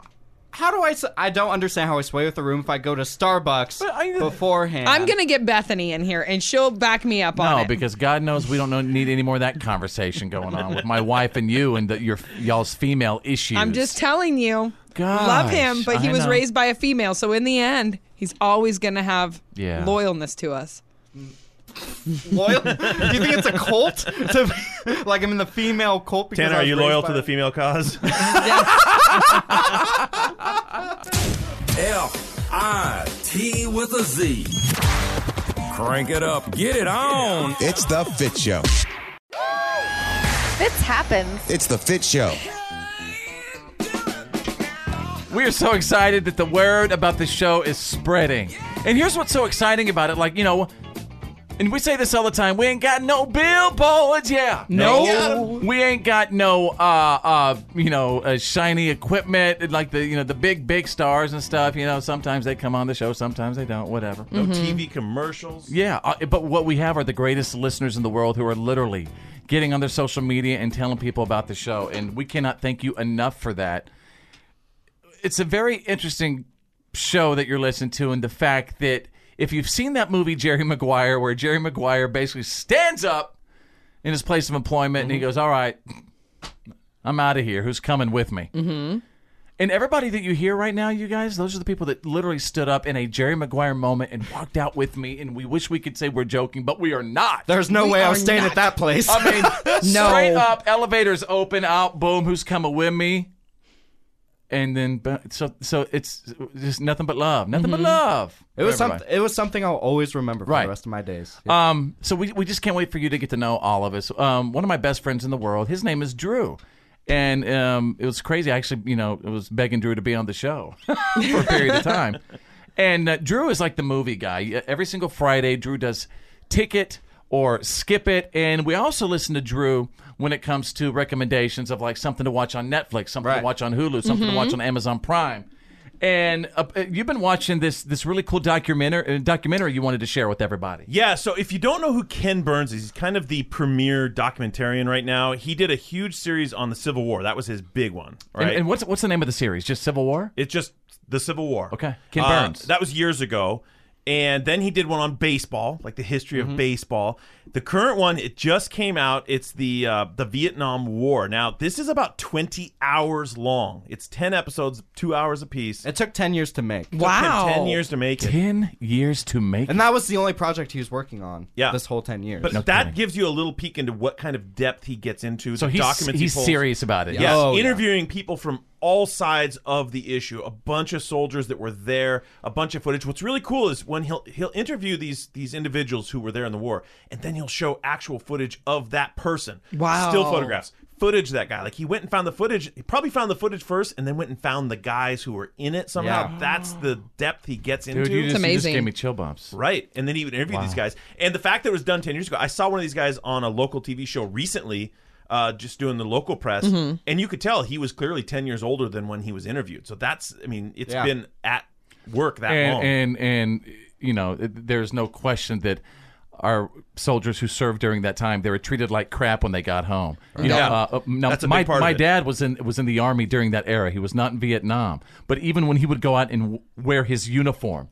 [SPEAKER 3] How do I? s- I don't understand how I sway with the room if I go to Starbucks beforehand.
[SPEAKER 4] I'm gonna get Bethany in here and she'll back me up on
[SPEAKER 9] No,
[SPEAKER 4] it.
[SPEAKER 9] because God knows we don't know- need any more of that conversation going on with my wife and you and the, your y'all's female issues.
[SPEAKER 4] I'm just telling you. Love him,
[SPEAKER 9] Gosh,
[SPEAKER 4] but he
[SPEAKER 9] I
[SPEAKER 4] was
[SPEAKER 9] know.
[SPEAKER 4] raised by a female, so in the end, he's always gonna have
[SPEAKER 9] Yeah.
[SPEAKER 4] loyalness to us.
[SPEAKER 3] loyal. Do you think it's a cult? To be- like I'm in the female cult. Because
[SPEAKER 8] Tanner,
[SPEAKER 3] I
[SPEAKER 8] are
[SPEAKER 3] was
[SPEAKER 8] you
[SPEAKER 3] raised
[SPEAKER 8] loyal
[SPEAKER 3] by-
[SPEAKER 8] to the female cause?
[SPEAKER 1] F I T with a Z. Crank it up. Get it on.
[SPEAKER 10] It's the Fit Show.
[SPEAKER 5] Fitz happens.
[SPEAKER 10] It's the Fit Show.
[SPEAKER 9] We are so excited that the word about the show is spreading. And here's what's so exciting about it like, you know, and we say this all the time we ain't got no billboards, yeah.
[SPEAKER 3] No.
[SPEAKER 9] We ain't got no, uh, uh, you know, uh, shiny equipment like the, you know, the big, big stars and stuff. You know, sometimes they come on the show, sometimes they don't, whatever.
[SPEAKER 8] No TV commercials.
[SPEAKER 9] Yeah, uh, but what we have are the greatest listeners in the world who are literally getting on their social media and telling people about the show, and we cannot thank you enough for that. It's a very interesting show that you're listening to, and the fact that if you've seen that movie Jerry Maguire, where Jerry Maguire basically stands up in his place of employment and
[SPEAKER 3] Mm-hmm.
[SPEAKER 9] he goes, "All right, I'm out of here. Who's coming with me?"
[SPEAKER 3] Mm-hmm.
[SPEAKER 9] And everybody that you hear right now, you guys, those are the people that literally stood up in a Jerry Maguire moment and walked out with me. And we wish we could say we're joking, but we are not.
[SPEAKER 3] There's no
[SPEAKER 4] We
[SPEAKER 3] way I was
[SPEAKER 4] are
[SPEAKER 3] staying
[SPEAKER 4] not.
[SPEAKER 3] at that place.
[SPEAKER 9] I mean, straight up, elevators open out, boom, who's coming with me? And then, but- so so it's just nothing but love, nothing but love.
[SPEAKER 3] Mm-hmm. it was
[SPEAKER 9] for everybody.
[SPEAKER 3] something. It was something I'll always remember for
[SPEAKER 9] Right.
[SPEAKER 3] the rest of my days.
[SPEAKER 9] Um, so we, we just can't wait for you to get to know all of us. Um, one of my best friends in the world, his name is Drew. And um, it was crazy. I actually, you know, it was begging Drew to be on the show for a period of time. And uh, Drew is like the movie guy. E, Every single Friday, Drew does Ticket or Skip It. And we also listen to Drew when it comes to recommendations of like something to watch on Netflix, something to
[SPEAKER 3] Right.
[SPEAKER 9] watch on Hulu, something to watch on Amazon Prime. And uh, you've been watching this this really cool documentary uh, documentary you wanted to share with everybody.
[SPEAKER 8] Yeah, so if you don't know who Ken Burns is, he's kind of the premier documentarian right now. He did a huge series on the Civil War. That was his big one, right?
[SPEAKER 9] And, and what's what's the name of the series? Just Civil War?
[SPEAKER 8] It's just the Civil War.
[SPEAKER 9] Okay. Ken
[SPEAKER 8] Uh,
[SPEAKER 9] Burns.
[SPEAKER 8] that was years ago. And then he did one on baseball, like the history
[SPEAKER 9] Mm-hmm.
[SPEAKER 8] of baseball. The current one, it just came out. It's the uh, the Vietnam War. Now this is about twenty hours long. It's ten episodes, two hours apiece. It
[SPEAKER 3] It took ten years to make.
[SPEAKER 8] took him
[SPEAKER 4] Wow.
[SPEAKER 8] ten years to make it.
[SPEAKER 9] Ten years to make.
[SPEAKER 3] And that was the only project he was working on.
[SPEAKER 8] Yeah.
[SPEAKER 3] This whole ten years.
[SPEAKER 8] But that gives you a little peek into what kind of depth he gets into.
[SPEAKER 9] so
[SPEAKER 8] the
[SPEAKER 9] he's
[SPEAKER 8] documents he
[SPEAKER 9] he's
[SPEAKER 8] pulls.
[SPEAKER 9] serious about it.
[SPEAKER 8] Yes,
[SPEAKER 3] Oh, yeah.
[SPEAKER 8] interviewing people from all sides of the issue. A bunch of soldiers that were there, a bunch of footage. What's really cool is when he'll he'll interview these these individuals who were there in the war, and then he'll show actual footage of that person.
[SPEAKER 4] Wow.
[SPEAKER 8] Still photographs. footage of that guy. Like he went and found the footage. He probably found the footage first, and then went and found the guys who were in it somehow.
[SPEAKER 9] Yeah.
[SPEAKER 8] That's the depth he gets into.
[SPEAKER 9] Dude, you just, you just gave me chill bumps.
[SPEAKER 8] Right. And then he would interview
[SPEAKER 9] Wow.
[SPEAKER 8] these guys. And the fact that it was done 10 years ago, I saw one of these guys on a local TV show recently, uh, just doing the local press.
[SPEAKER 9] Mm-hmm.
[SPEAKER 12] Mhm.
[SPEAKER 8] And you could tell he was clearly 10 years older than when he was interviewed. So that's, I mean, it's
[SPEAKER 9] Yeah.
[SPEAKER 8] been at work that long.
[SPEAKER 9] and, And and you know, it- there's no question that our soldiers who served during that time they were treated like crap when they got home. You know,
[SPEAKER 8] Yeah.
[SPEAKER 9] uh, uh, now
[SPEAKER 8] That's a big
[SPEAKER 9] my
[SPEAKER 8] part of
[SPEAKER 9] my
[SPEAKER 8] it.
[SPEAKER 9] dad was in was in the army during that era. He was not in Vietnam, but even when he would go out and w- wear his uniform,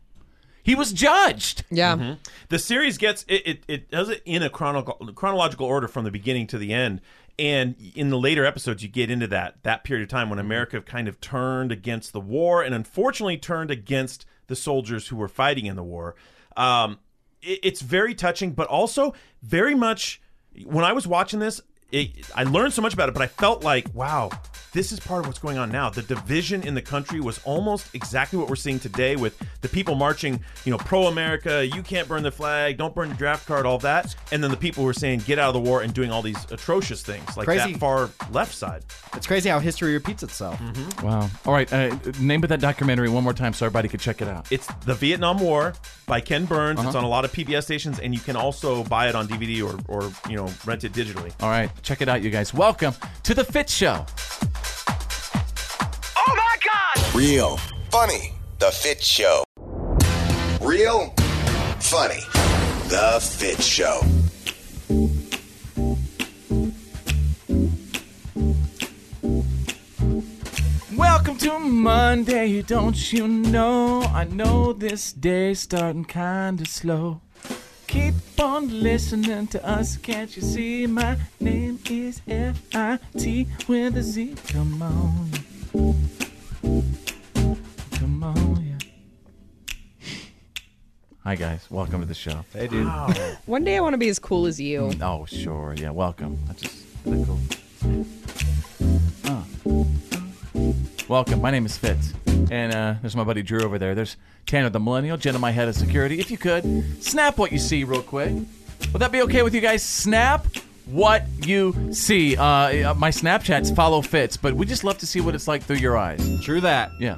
[SPEAKER 9] he was judged.
[SPEAKER 4] Yeah.
[SPEAKER 8] Mm-hmm. The series gets it, it, it does it in a chronological chronological order from the beginning to the end. And in the later episodes, you get into that that period of time when America kind of turned against the war, and unfortunately turned against the soldiers who were fighting in the war. Um, it- it's very touching, but also very much. When I was watching this, it, I learned so much about it, but I felt like, wow, this is part of what's going on now. The division in the country was almost exactly what we're seeing today with the people marching, you know, pro America, you can't burn the flag, don't burn your draft card, all that. And then the people who are saying, get out of the war and doing all these atrocious things, like
[SPEAKER 3] Crazy.
[SPEAKER 8] that far left side.
[SPEAKER 3] It's crazy how history repeats itself.
[SPEAKER 8] Mm-hmm.
[SPEAKER 9] Wow. All right, uh, name of that documentary one more time so everybody could check it out.
[SPEAKER 8] It's The Vietnam War by Ken Burns. It's
[SPEAKER 9] Uh-huh.
[SPEAKER 8] on a lot of PBS stations, and you can also buy it on DVD or, or you know, rent it digitally.
[SPEAKER 9] All right, check it out, you guys. Welcome to the Fit Show.
[SPEAKER 10] Real. Funny. The Fit Show. Real. Funny. The Fit Show.
[SPEAKER 9] Welcome to Monday, don't you know? I know this day's starting kinda slow. Keep on listening to us, can't you see? My name is F I T with a Z. Come on. Come on, yeah. Hi, guys. Welcome to the show.
[SPEAKER 3] Hey, dude.
[SPEAKER 4] One day I want to be as cool as you.
[SPEAKER 9] Oh, sure. Yeah, welcome. I just. They're cool. Uh. Welcome. My name is Fitz. And uh, there's my buddy Drew over there. There's Tanner the Millennial, Jenna my head of security. If you could, snap what you see real quick. Would that be okay with you guys? Snap what you see. Uh, Uh, my Snapchat's follow Fitz, but we just love to see what it's like through your eyes.
[SPEAKER 3] True that.
[SPEAKER 9] Yeah.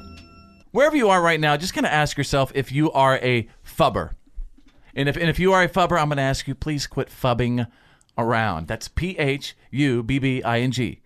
[SPEAKER 9] Wherever you are right now, just kind of ask yourself if you are a fubber. And if and if you are a fubber, I'm going to ask you please quit fubbing around. That's P H U B B I N G.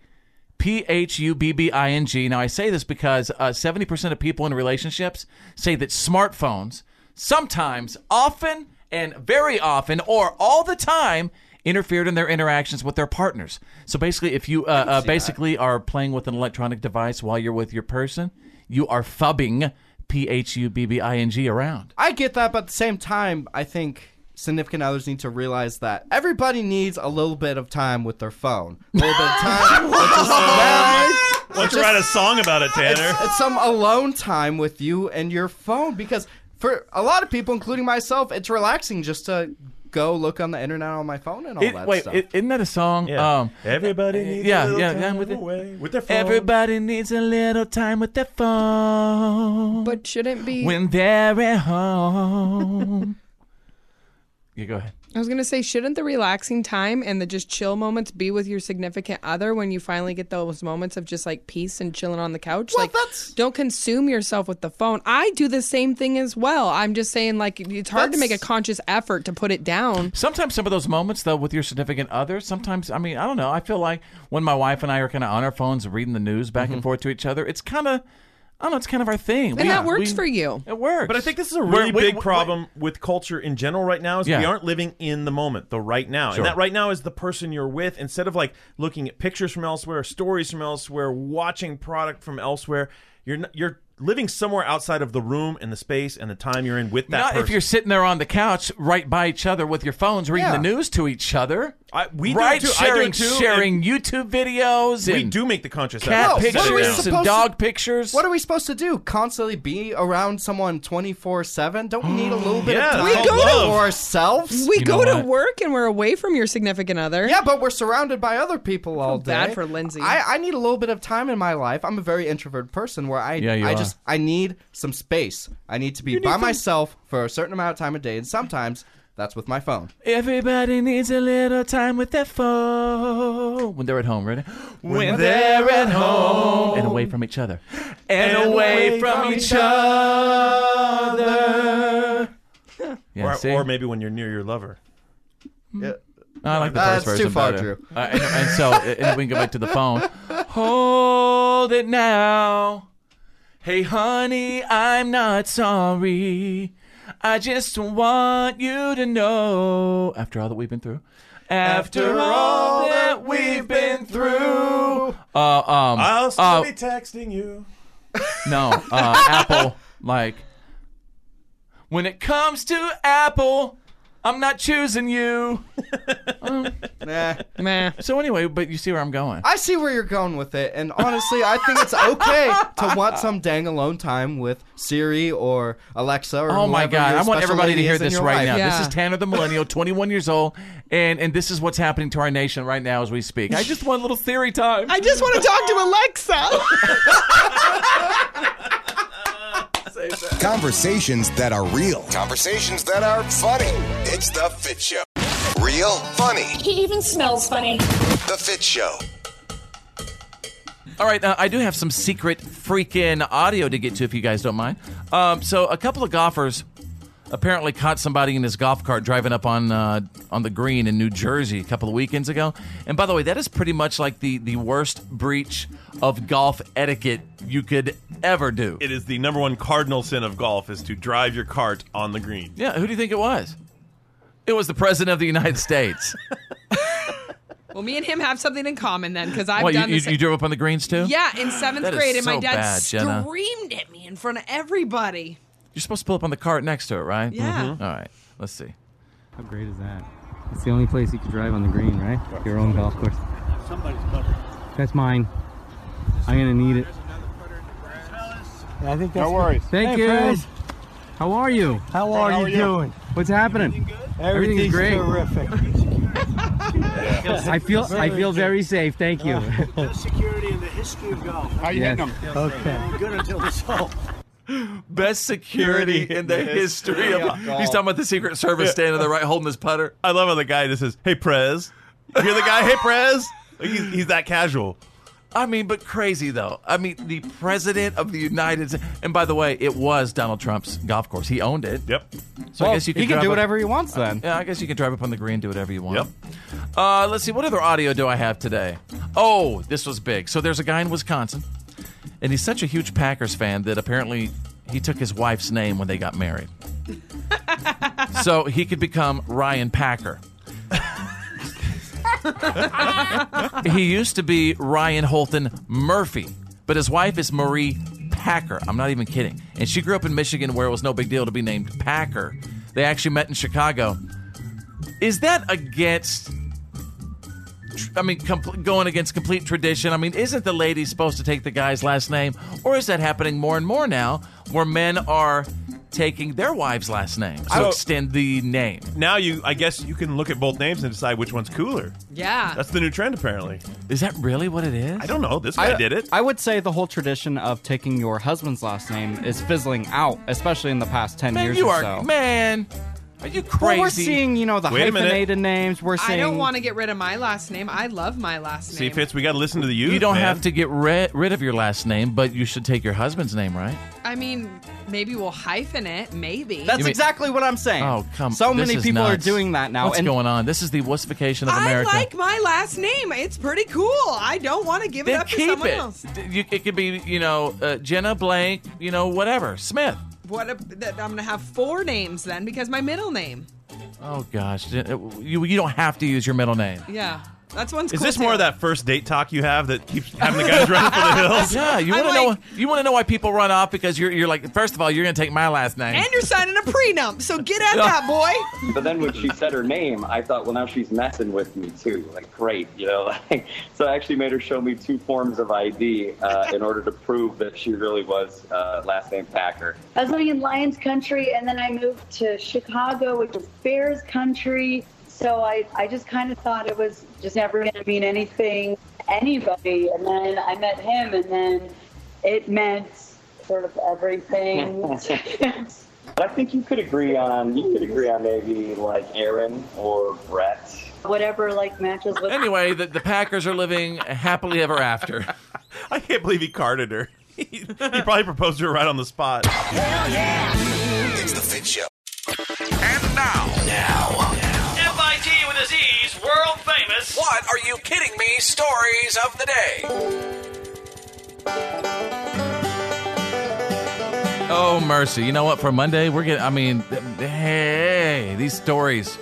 [SPEAKER 9] P H U B B I N G. Now I say this because uh, 70% of people in relationships say that smartphones sometimes, often, and very often, or all the time interfered in their interactions with their partners. So basically, if you uh, uh, basically are playing with an electronic device while you're with your person, you are fubbing P H U B B I N G around.
[SPEAKER 3] I get that, but at the same time, I think significant others need to realize that everybody needs a little bit of time with their phone. A little bit of time.
[SPEAKER 8] Why don't you write a song about it, Tanner?
[SPEAKER 3] It's some alone time with you and your phone because for a lot of people, including myself, it's relaxing just to go look on the internet on my phone and all
[SPEAKER 9] It-
[SPEAKER 3] that
[SPEAKER 9] wait,
[SPEAKER 3] stuff.
[SPEAKER 9] is isn't that a song? Um,
[SPEAKER 8] Everybody needs
[SPEAKER 9] yeah,
[SPEAKER 8] a little
[SPEAKER 9] yeah,
[SPEAKER 8] time
[SPEAKER 9] yeah, I'm with it.
[SPEAKER 8] away with their phone.
[SPEAKER 9] Everybody needs a little time with their phone.
[SPEAKER 4] But shouldn't be.
[SPEAKER 9] when they're at home. you go ahead.
[SPEAKER 4] I was gonna say, shouldn't the relaxing time and the just chill moments be with your significant other when you finally get those moments of just like peace and chilling on the couch? like, don't consume yourself with the phone. I do the same thing as well. I'm just saying, like, it's hard to make a conscious effort to put it down.
[SPEAKER 9] Sometimes some of those moments though with your significant other, sometimes I mean, I don't know, I feel like when my wife and I are kind of on our phones reading the news back and forth to each other, it's kind of I don't know, it's kind of our thing.
[SPEAKER 4] Mm-hmm. And that works for you.
[SPEAKER 9] It works.
[SPEAKER 8] But I think this is a
[SPEAKER 9] We're-
[SPEAKER 8] really
[SPEAKER 9] we-
[SPEAKER 8] big
[SPEAKER 9] we-
[SPEAKER 8] problem with culture in general right now is we
[SPEAKER 9] Yeah.
[SPEAKER 8] aren't living in the moment, the right now.
[SPEAKER 9] Sure.
[SPEAKER 8] And that right now is the person you're with. Instead of like looking at pictures from elsewhere, stories from elsewhere, watching product from elsewhere, you're n- you're living somewhere outside of the room and the space and the time you're in with that
[SPEAKER 9] Not
[SPEAKER 8] person.
[SPEAKER 9] if you're sitting there on the couch right by each other with your phones reading
[SPEAKER 8] Yeah.
[SPEAKER 9] the news to each other.
[SPEAKER 8] I, we do it
[SPEAKER 9] right
[SPEAKER 8] too. I do
[SPEAKER 9] sharing
[SPEAKER 8] it too,
[SPEAKER 9] sharing YouTube videos
[SPEAKER 8] we
[SPEAKER 9] and
[SPEAKER 8] do make the conscious
[SPEAKER 9] cat
[SPEAKER 8] effort. to sit
[SPEAKER 9] pictures
[SPEAKER 8] down.
[SPEAKER 9] and dog pictures.
[SPEAKER 3] What are we supposed to do? Constantly be around someone 24 7? Don't we need a little bit
[SPEAKER 4] Yeah,
[SPEAKER 3] of
[SPEAKER 4] that's
[SPEAKER 3] time
[SPEAKER 4] We go to-
[SPEAKER 3] for ourselves?
[SPEAKER 4] We go to work and we're away from your significant other.
[SPEAKER 3] Yeah, but we're surrounded by other people all day.
[SPEAKER 4] bad for Lindsay.
[SPEAKER 3] I, I need a little bit of time in my life. I'm a very introverted person where I
[SPEAKER 9] Yeah, you
[SPEAKER 3] I
[SPEAKER 9] are.
[SPEAKER 3] just I need some space. I need to be
[SPEAKER 9] You need
[SPEAKER 3] by
[SPEAKER 9] some-
[SPEAKER 3] myself for a certain amount of time a day, and sometimes
[SPEAKER 12] That's with my phone.
[SPEAKER 9] Everybody needs a little time with their phone. When they're at home, right? When,
[SPEAKER 12] they're at home.
[SPEAKER 9] And away from each other.
[SPEAKER 12] And away from each other.
[SPEAKER 9] Yeah,
[SPEAKER 8] or,
[SPEAKER 9] see?
[SPEAKER 8] or maybe when you're near your lover.
[SPEAKER 9] I like the
[SPEAKER 12] Uh,
[SPEAKER 9] first
[SPEAKER 12] it's
[SPEAKER 9] version
[SPEAKER 12] too far,
[SPEAKER 9] better.
[SPEAKER 12] Drew.
[SPEAKER 9] Uh, and, and so and we can go back to the phone. Hold it now. Hey, honey, I'm not sorry. I just want you to know. After all that we've been through. After all that we've been through. Uh, um,
[SPEAKER 8] I'll still
[SPEAKER 9] uh,
[SPEAKER 8] be texting you.
[SPEAKER 9] No, uh, Apple. Like, when it comes to Apple, I'm not choosing you.
[SPEAKER 12] Nah.
[SPEAKER 4] Meh.
[SPEAKER 9] So anyway, but you see where I'm going.
[SPEAKER 12] I see where you're going with it, and honestly, I think it's okay to want some dang alone time with Siri or Alexa or
[SPEAKER 9] Oh my
[SPEAKER 12] whoever
[SPEAKER 9] God!
[SPEAKER 12] your
[SPEAKER 9] I want
[SPEAKER 12] special
[SPEAKER 9] everybody to
[SPEAKER 12] lady
[SPEAKER 9] hear
[SPEAKER 12] is in
[SPEAKER 9] this
[SPEAKER 12] your
[SPEAKER 9] right
[SPEAKER 12] life.
[SPEAKER 9] now. This is Tanner the millennial, 21 years old, and and this is what's happening to our nation right now as we speak. I just want a little theory time.
[SPEAKER 4] I just want to talk to Alexa.
[SPEAKER 10] Conversations that are real. Conversations that are funny. It's The Fit Show. Real funny.
[SPEAKER 13] He even smells funny.
[SPEAKER 10] The Fit Show.
[SPEAKER 9] All right, uh, I do have some secret freaking audio to get to if you guys don't mind. Um, so a couple of golfers apparently caught somebody in his golf cart driving up on uh, on the green in New Jersey a couple of weekends ago. And by the way, that is pretty much like the the worst breach of golf etiquette you could ever do.
[SPEAKER 8] It is the number one cardinal sin of golf is to drive your cart on the green.
[SPEAKER 9] Yeah, who do you think it was? It was the president of the United States.
[SPEAKER 4] well, me and him have something in common then, because I've
[SPEAKER 9] what,
[SPEAKER 4] done
[SPEAKER 9] you,
[SPEAKER 4] this.
[SPEAKER 9] you, you drove up on the greens too?
[SPEAKER 4] yeah, in seventh
[SPEAKER 9] That is
[SPEAKER 4] grade, and my
[SPEAKER 9] so
[SPEAKER 4] dad
[SPEAKER 9] bad, Jenna.
[SPEAKER 4] screamed at me in front of everybody.
[SPEAKER 9] You're supposed to pull up on the cart next to it, right? Mm-hmm.
[SPEAKER 4] Yeah. Mhm.
[SPEAKER 9] All right, let's see.
[SPEAKER 14] How great is that? It's the only place you can drive on the green, right? Your own golf course.
[SPEAKER 15] Somebody's covered.
[SPEAKER 14] That's mine. I'm gonna need it. I think
[SPEAKER 15] that's No worries. good.
[SPEAKER 14] Thank
[SPEAKER 15] Hey,
[SPEAKER 14] you.
[SPEAKER 15] Fez.
[SPEAKER 14] How are you? How
[SPEAKER 15] are How you are you? doing?
[SPEAKER 14] What's happening?
[SPEAKER 15] Everything's
[SPEAKER 14] great.
[SPEAKER 15] terrific.
[SPEAKER 14] I feel I feel very safe. Thank you.
[SPEAKER 15] security in the history of golf. How
[SPEAKER 14] you Yes. hitting 'em?
[SPEAKER 15] Okay. Good until the soul.
[SPEAKER 9] Best security in the history of.
[SPEAKER 8] of golf.
[SPEAKER 9] He's talking about the Secret Service
[SPEAKER 8] Yeah.
[SPEAKER 9] standing there, right, holding his putter.
[SPEAKER 8] I love how the guy just says, "Hey, Prez." You hear the guy, "Hey, Prez." Like he's, he's that casual.
[SPEAKER 9] I mean, but crazy though. I mean, the president of the United States. And by the way, it was Donald Trump's golf course. He owned it. Yep. So I
[SPEAKER 12] Well,
[SPEAKER 9] guess you
[SPEAKER 12] he
[SPEAKER 9] could
[SPEAKER 12] can
[SPEAKER 9] drive
[SPEAKER 12] do
[SPEAKER 9] up-
[SPEAKER 12] whatever he wants then.
[SPEAKER 9] yeah, I guess you can drive up on the green, do whatever you want. Yep. Uh, let's see. What other audio do I have today? Oh, this was big. So there's a guy in Wisconsin, and he's such a huge Packers fan that apparently he took his wife's name when they got married, so he could become Ryan Packer. he used to be Ryan Holton Murphy, but his wife is Marie Packer. I'm not even kidding. And she grew up in Michigan where it was no big deal to be named Packer. They actually met in Chicago. Is that against. I mean, compl- going against complete tradition. I mean, isn't the lady supposed to take the guy's last name? Or is that happening more and more now where men are taking their wives' last names to
[SPEAKER 8] So-
[SPEAKER 9] extend the name?
[SPEAKER 8] Now you, I guess you can look at both names and decide which one's cooler.
[SPEAKER 4] Yeah.
[SPEAKER 8] That's the new trend, apparently.
[SPEAKER 9] Is that really what it is?
[SPEAKER 8] I don't know. This guy did it.
[SPEAKER 14] I would say the whole tradition of taking your husband's last name is fizzling out, especially in the past ten
[SPEAKER 9] Man,
[SPEAKER 14] years
[SPEAKER 9] you
[SPEAKER 14] or
[SPEAKER 9] are.
[SPEAKER 14] so.
[SPEAKER 9] Man, are you crazy?
[SPEAKER 14] Well, we're seeing, you know, the
[SPEAKER 8] Wait a minute.
[SPEAKER 14] hyphenated names. We're seeing.
[SPEAKER 4] I don't want to get rid of my last name. I love my last
[SPEAKER 8] See,
[SPEAKER 4] name.
[SPEAKER 8] Fitz, we got to listen to the youth.
[SPEAKER 9] You don't
[SPEAKER 8] man.
[SPEAKER 9] have to get ri- rid of your last name, but you should take your husband's name, right?
[SPEAKER 4] I mean, maybe we'll hyphen it. Maybe.
[SPEAKER 9] That's You mean-
[SPEAKER 14] exactly what I'm saying.
[SPEAKER 9] Oh, come
[SPEAKER 14] So
[SPEAKER 9] this
[SPEAKER 14] many
[SPEAKER 9] is
[SPEAKER 14] people are
[SPEAKER 9] nuts.
[SPEAKER 14] doing that now.
[SPEAKER 9] What's
[SPEAKER 14] and
[SPEAKER 9] going on? This is the wussification of
[SPEAKER 4] I
[SPEAKER 9] America.
[SPEAKER 4] like my last name. It's pretty cool. I don't want to give it
[SPEAKER 9] then
[SPEAKER 4] up to
[SPEAKER 9] keep
[SPEAKER 4] someone
[SPEAKER 9] it.
[SPEAKER 4] else.
[SPEAKER 9] D- You, it could be, you know, uh, Jenna Blank, you know, whatever. Smith.
[SPEAKER 4] What? A, that I'm gonna have four names then because my middle name.
[SPEAKER 9] Oh gosh, Jen- uh, you you don't have to use your middle name.
[SPEAKER 4] Yeah, that's one's.
[SPEAKER 8] Is
[SPEAKER 4] cool
[SPEAKER 8] this more
[SPEAKER 4] too.
[SPEAKER 8] of that first date talk you have that keeps having the guys run for the hills?
[SPEAKER 9] Yeah, you want to know you want to know why people run off because you're you're like first of all you're gonna take my last name.
[SPEAKER 4] And you're signing a prenup, so get at that, boy.
[SPEAKER 16] But then when she said her name, I thought, well, now she's messing with me too. Like, great, you know. Like, so I actually made her show me two forms of ID uh, in order to prove that she really was uh, last name Packer.
[SPEAKER 17] I was living in Lions Country, and then I moved to Chicago, which is Bears Country. So I, I just kind of thought it was just never going to mean anything to anybody. And then I met him, and then it meant sort of everything.
[SPEAKER 16] But I think you could agree on you could agree on maybe like Aaron or Brett.
[SPEAKER 17] Whatever like matches with
[SPEAKER 9] Anyway, the, the Packers are living happily ever after.
[SPEAKER 8] I can't believe he carded her. he, he probably proposed to her right on the spot.
[SPEAKER 10] It's the Fit Show.
[SPEAKER 7] MIT with his E's, world famous. What are you kidding me? Stories of the day.
[SPEAKER 9] Oh mercy! You know what? For Monday, we're getting. I mean, th- hey, these stories,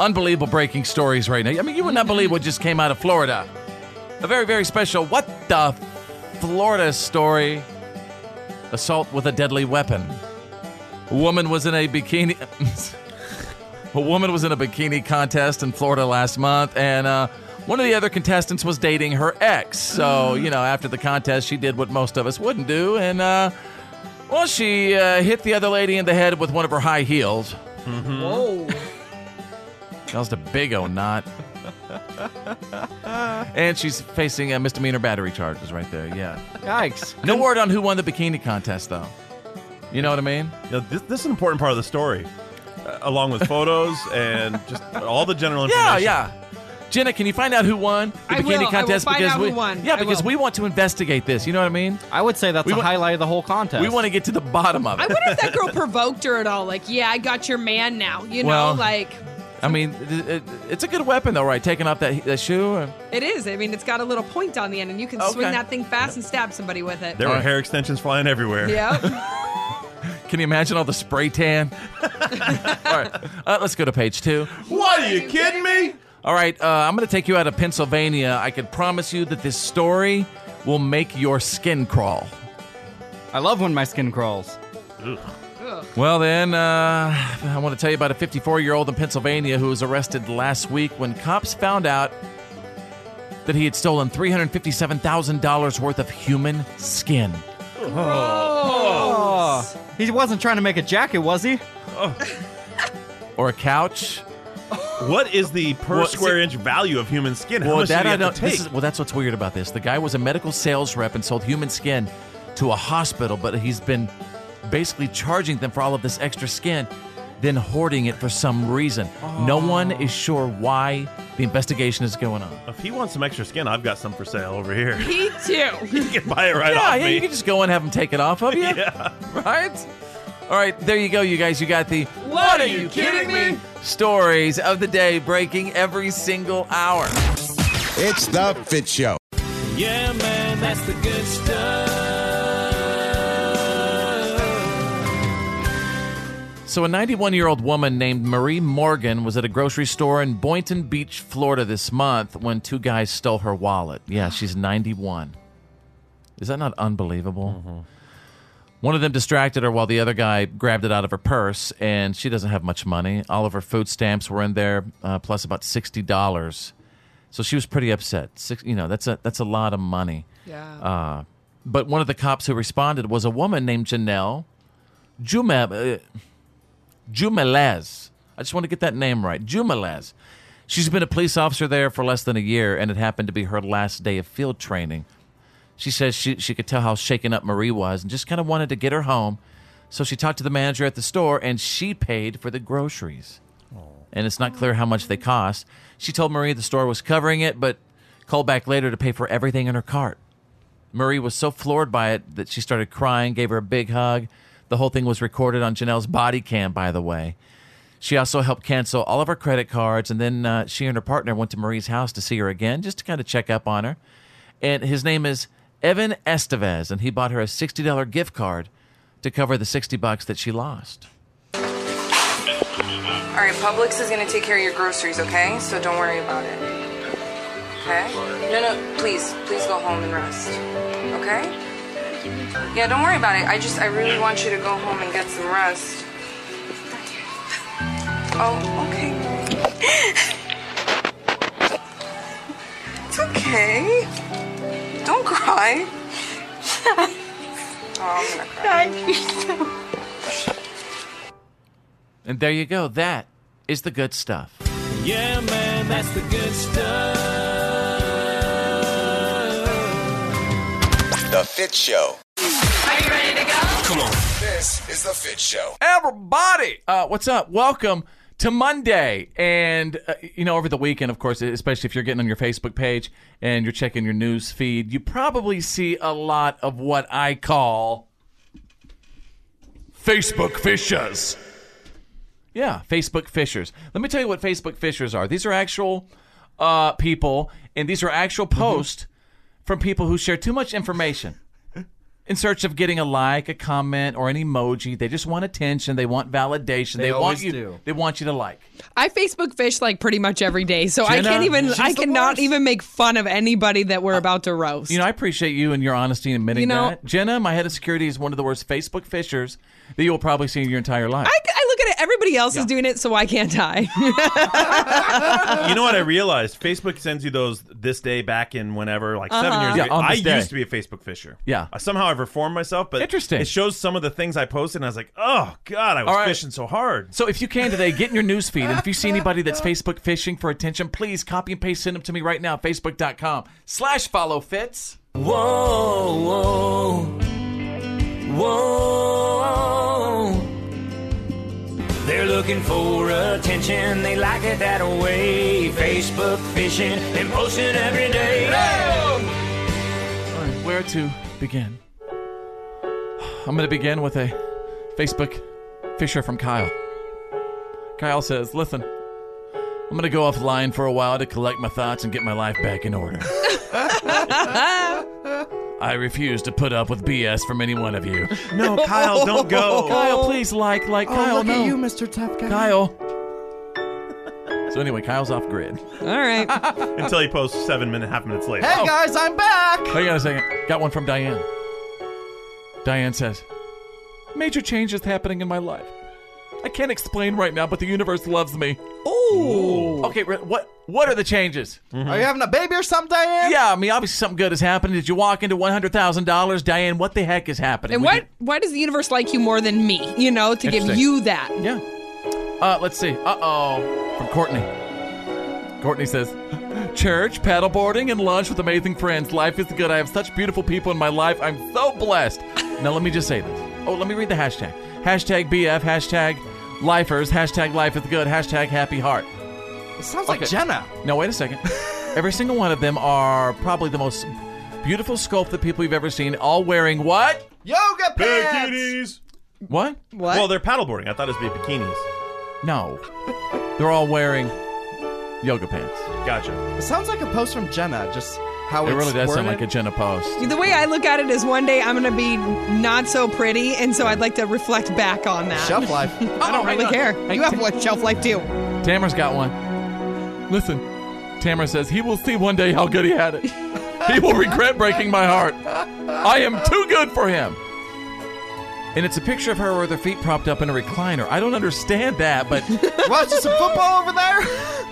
[SPEAKER 9] unbelievable breaking stories right now. I mean, you would not believe what just came out of Florida. A very, very special what the Florida story. Assault with a deadly weapon. A woman was in a bikini. a woman was in a bikini contest in Florida last month, and uh, one of the other contestants was dating her ex. So you know, after the contest, she did what most of us wouldn't do, and. Uh, well, she uh, hit the other lady in the head with one of her high heels. Mm-hmm.
[SPEAKER 6] Whoa.
[SPEAKER 9] That was a big old knot. and she's facing uh, misdemeanor battery charges right there. Yeah.
[SPEAKER 3] Yikes.
[SPEAKER 9] No word on who won the bikini contest, though. You know what I mean?
[SPEAKER 8] this, this is an important part of the story, uh, along with photos and just all the general
[SPEAKER 9] Yeah,
[SPEAKER 8] information.
[SPEAKER 9] yeah. Jenna, can you find out who won the
[SPEAKER 8] I
[SPEAKER 9] bikini
[SPEAKER 8] will. I will
[SPEAKER 9] contest?
[SPEAKER 8] find
[SPEAKER 9] because
[SPEAKER 8] out
[SPEAKER 9] we,
[SPEAKER 8] who won.
[SPEAKER 9] Yeah,
[SPEAKER 8] I
[SPEAKER 9] because
[SPEAKER 8] will.
[SPEAKER 9] we want to investigate this. You know what I mean? I would say that's
[SPEAKER 3] the
[SPEAKER 9] highlight of the whole contest. We want to get to the bottom of it.
[SPEAKER 4] I wonder if that girl provoked her at all. Like, yeah, I got your man now. You know,
[SPEAKER 9] Well-
[SPEAKER 4] like
[SPEAKER 9] I mean, it- it- it's a good weapon, though, right? Taking off that, that shoe. Or...
[SPEAKER 4] it is. I mean, it's got a little point on the end, and you can swing
[SPEAKER 9] Okay.
[SPEAKER 4] that thing fast and stab somebody with it.
[SPEAKER 9] There
[SPEAKER 8] Our hair extensions flying everywhere.
[SPEAKER 4] Yep.
[SPEAKER 9] Can you imagine all the spray tan? all right, uh, let's go to page two.
[SPEAKER 8] What are you kidding me?
[SPEAKER 9] All right, uh, I'm going to take you out of Pennsylvania. I can promise you that this story will make your skin crawl.
[SPEAKER 14] I love when my skin crawls.
[SPEAKER 9] Well, then, uh, I want to tell you about a 54 year old in Pennsylvania who was arrested last week when cops found out that he had stolen $357,000 worth of human skin.
[SPEAKER 14] Oh. He wasn't trying to make a jacket, was he?
[SPEAKER 9] Or a couch.
[SPEAKER 8] What is the per
[SPEAKER 9] Well, see-
[SPEAKER 8] square inch value of human skin? How
[SPEAKER 9] well,
[SPEAKER 8] much
[SPEAKER 9] that
[SPEAKER 8] do you
[SPEAKER 9] I
[SPEAKER 8] have
[SPEAKER 9] don't.
[SPEAKER 8] to
[SPEAKER 9] this
[SPEAKER 8] take?
[SPEAKER 9] is- well, that's what's weird about this. The guy was a medical sales rep and sold human skin to a hospital, but he's been basically charging them for all of this extra skin, then hoarding it for some reason. No one is sure why the investigation is going on.
[SPEAKER 8] If he wants some extra skin, I've got some for sale over here.
[SPEAKER 4] He too.
[SPEAKER 8] you can buy it right
[SPEAKER 9] yeah,
[SPEAKER 8] off
[SPEAKER 9] yeah,
[SPEAKER 8] me.
[SPEAKER 9] you can just go and have them take it off of you. yeah. Right? All right, there you go, you guys. You got the
[SPEAKER 6] What are you kidding me?
[SPEAKER 9] stories of the day breaking every single hour.
[SPEAKER 10] It's the Fit Show.
[SPEAKER 6] Yeah, man, that's the good stuff.
[SPEAKER 9] So, a 91 year old woman named Marie Morgan was at a grocery store in Boynton Beach, Florida this month when two guys stole her wallet. Yeah, she's 91. Is that not unbelievable? One of them distracted her while the other guy grabbed it out of her purse, and she doesn't have much money. All of her food stamps were in there, uh, plus about $60. So she was pretty upset. Six, you know, that's a, that's a lot of money.
[SPEAKER 6] Yeah.
[SPEAKER 9] Uh, but one of the cops who responded was a woman named Janelle Jume, uh, Jumelez. I just want to get that name right. Jumelez. She's been a police officer there for less than a year, and it happened to be her last day of field training. She says she, she could tell how shaken up Marie was and just kind of wanted to get her home. So she talked to the manager at the store, and she paid for the groceries. And it's not clear how much they cost. She told Marie the store was covering it, but called back later to pay for everything in her cart. Marie was so floored by it that she started crying, gave her a big hug. The whole thing was recorded on Janelle's body cam, by the way. She also helped cancel all of her credit cards, and then uh, she and her partner went to Marie's house to see her again, just to kind of check up on her. And his name is Evan Estevez, and he bought her a sixty dollar gift card to cover the sixty bucks that she lost.
[SPEAKER 13] All right, Publix is gonna take care of your groceries, okay? So don't worry about it. Okay? No, no, please, please go home and rest. Okay? Yeah, don't worry about it. I just, I really want you to go home and get some rest. Oh, okay. It's okay. Don't cry. oh, I'm gonna cry.
[SPEAKER 9] And there you go. That is the good stuff.
[SPEAKER 6] Yeah, man, that's the good stuff.
[SPEAKER 10] The Fit Show. Are you ready to go? Come on. This is the Fit Show.
[SPEAKER 9] Everybody, uh, what's up? Welcome to Monday. And, uh, you know, over the weekend, of course, especially if you're getting on your Facebook page and you're checking your news feed, you probably see a lot of what I call Facebook fishers. Yeah, Facebook fishers. Let me tell you what Facebook fishers are. These are actual uh, people, and these are actual posts from people who share too much information in search of getting a like, a comment, or an emoji. They just want attention. They want validation. They,
[SPEAKER 12] They
[SPEAKER 9] want
[SPEAKER 12] always
[SPEAKER 9] you.
[SPEAKER 12] do.
[SPEAKER 9] They want you to like.
[SPEAKER 4] I Facebook fish like pretty much every day, so I
[SPEAKER 9] Jenna,
[SPEAKER 4] can't even.
[SPEAKER 9] she's
[SPEAKER 4] I
[SPEAKER 9] the
[SPEAKER 4] cannot
[SPEAKER 9] worst. Uh,
[SPEAKER 4] even make fun of anybody that we're about to roast.
[SPEAKER 9] You know, I appreciate you and your honesty in admitting
[SPEAKER 4] You know-
[SPEAKER 9] that. Jenna, my head of security, is one of the worst Facebook fishers that you will probably see in your entire life.
[SPEAKER 4] I, I look at it. Everybody else is doing it, so I can't I?
[SPEAKER 8] you know what I realized? Facebook sends you those this day back in whenever, like seven
[SPEAKER 4] Uh-huh.
[SPEAKER 8] years
[SPEAKER 9] Yeah,
[SPEAKER 8] ago.
[SPEAKER 9] on
[SPEAKER 8] I
[SPEAKER 9] this day.
[SPEAKER 8] used to be a Facebook fisher.
[SPEAKER 9] Yeah.
[SPEAKER 8] Uh, somehow I've reformed myself, but
[SPEAKER 9] Interesting.
[SPEAKER 8] It shows some of the things I posted, and I was like, oh god, I was
[SPEAKER 9] All right.
[SPEAKER 8] fishing so hard.
[SPEAKER 9] So if you can today, get in your news feed, and if you see anybody that's Facebook fishing for attention, please copy and paste, send them to me right now, facebook.com slash follow fits.
[SPEAKER 1] Whoa, whoa, whoa.
[SPEAKER 18] They're looking for attention. They like it that way. Facebook fishing and posting every day.
[SPEAKER 9] All right, where to begin? I'm going to begin with a Facebook fisher from Kyle. Kyle says, Listen, I'm going to go offline for a while to collect my thoughts and get my life back in order. I refuse to put up with BS from any one of you.
[SPEAKER 8] No, Kyle, don't go.
[SPEAKER 9] Kyle, please like, like,
[SPEAKER 12] oh,
[SPEAKER 9] Kyle,
[SPEAKER 12] look
[SPEAKER 9] no.
[SPEAKER 12] at you, Mr. Tough Guy.
[SPEAKER 9] Kyle. So anyway, Kyle's off grid.
[SPEAKER 4] All right.
[SPEAKER 8] Until he posts seven minute, half minutes later.
[SPEAKER 12] Hey guys, I'm back.
[SPEAKER 9] Hang on a second. Got one from Diane. Diane says, Major change is happening in my life. I can't explain right now, but the universe loves me.
[SPEAKER 12] Ooh.
[SPEAKER 9] Okay, re- what what are the changes?
[SPEAKER 12] Are you having a baby or something, Diane?
[SPEAKER 9] Yeah, I mean, obviously something good has happened. Did you walk into one hundred thousand dollars, Diane? What the heck is happening?
[SPEAKER 4] and
[SPEAKER 9] Would
[SPEAKER 4] why? Why does the universe like you more than me? You know, to give
[SPEAKER 9] Interesting.
[SPEAKER 4] you that.
[SPEAKER 9] Yeah. you- uh, let's see. Uh oh, from Courtney. Courtney says, "Church, paddleboarding, and lunch with amazing friends. Life is good. I have such beautiful people in my life. I'm so blessed." now let me just say this. Oh, let me read the hashtag. Hashtag BF. Hashtag lifers. Hashtag life is good. Hashtag happy heart.
[SPEAKER 12] It sounds
[SPEAKER 9] Okay.
[SPEAKER 12] like Jenna.
[SPEAKER 9] No, wait a second. Every single one of them are probably the most beautiful sculpted people you've ever seen, all wearing what?
[SPEAKER 12] Yoga pants.
[SPEAKER 9] What?
[SPEAKER 4] What?
[SPEAKER 8] Well, they're paddleboarding. I thought it was be bikinis.
[SPEAKER 9] No. They're all wearing yoga pants.
[SPEAKER 8] Gotcha.
[SPEAKER 12] It sounds like a post from Jenna. Just how
[SPEAKER 9] it
[SPEAKER 12] it's
[SPEAKER 9] really does sound
[SPEAKER 12] worded.
[SPEAKER 9] like a Jenna post.
[SPEAKER 4] The way I look at it is one day I'm going to be not so pretty, and so I'd like to reflect back on that.
[SPEAKER 12] Shelf life.
[SPEAKER 4] I don't really care. You have what shelf life too.
[SPEAKER 9] Tamara's got one. Listen, Tamara says he will see one day how good he had it. He will regret breaking my heart. I am too good for him. And it's a picture of her with her feet propped up in a recliner. I don't understand that, but
[SPEAKER 12] Watching some football over there.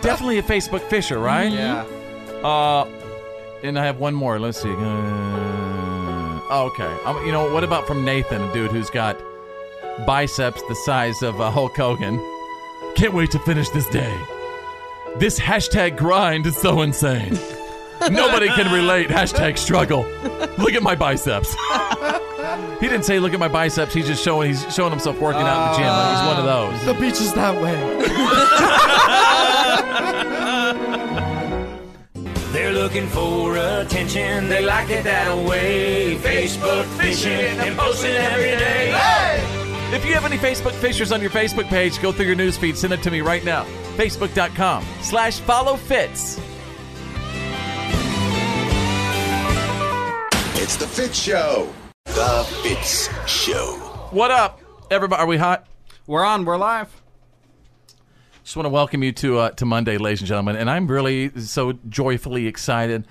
[SPEAKER 9] definitely a Facebook fisher, right?
[SPEAKER 12] Yeah.
[SPEAKER 9] Uh, and I have one more. Let's see. Uh, okay. Um, you know, what about from Nathan, a dude who's got biceps the size of uh, Hulk Hogan? Can't wait to finish this day. This hashtag grind is so insane. Nobody can relate. Hashtag struggle. Look at my biceps. he didn't say look at my biceps. He's just showing he's showing himself working out in the gym. He's one of those.
[SPEAKER 12] The beach is that way.
[SPEAKER 18] They're looking for attention. They like it that way. Facebook fishing and posting every day.
[SPEAKER 9] If you have any Facebook fishers on your Facebook page, go through your news feed. Send it to me right now. Facebook.com slash follow fits.
[SPEAKER 10] It's the Fit Show. The Fitz Show.
[SPEAKER 9] What up, everybody? Are we hot?
[SPEAKER 3] We're on. We're live.
[SPEAKER 9] Just want to welcome you to uh, to Monday, ladies and gentlemen. And I'm really so joyfully excited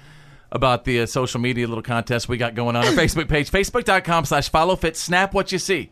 [SPEAKER 9] about the uh, social media little contest we got going on our Facebook page. Facebook.com slash follow fits. Snap what you see.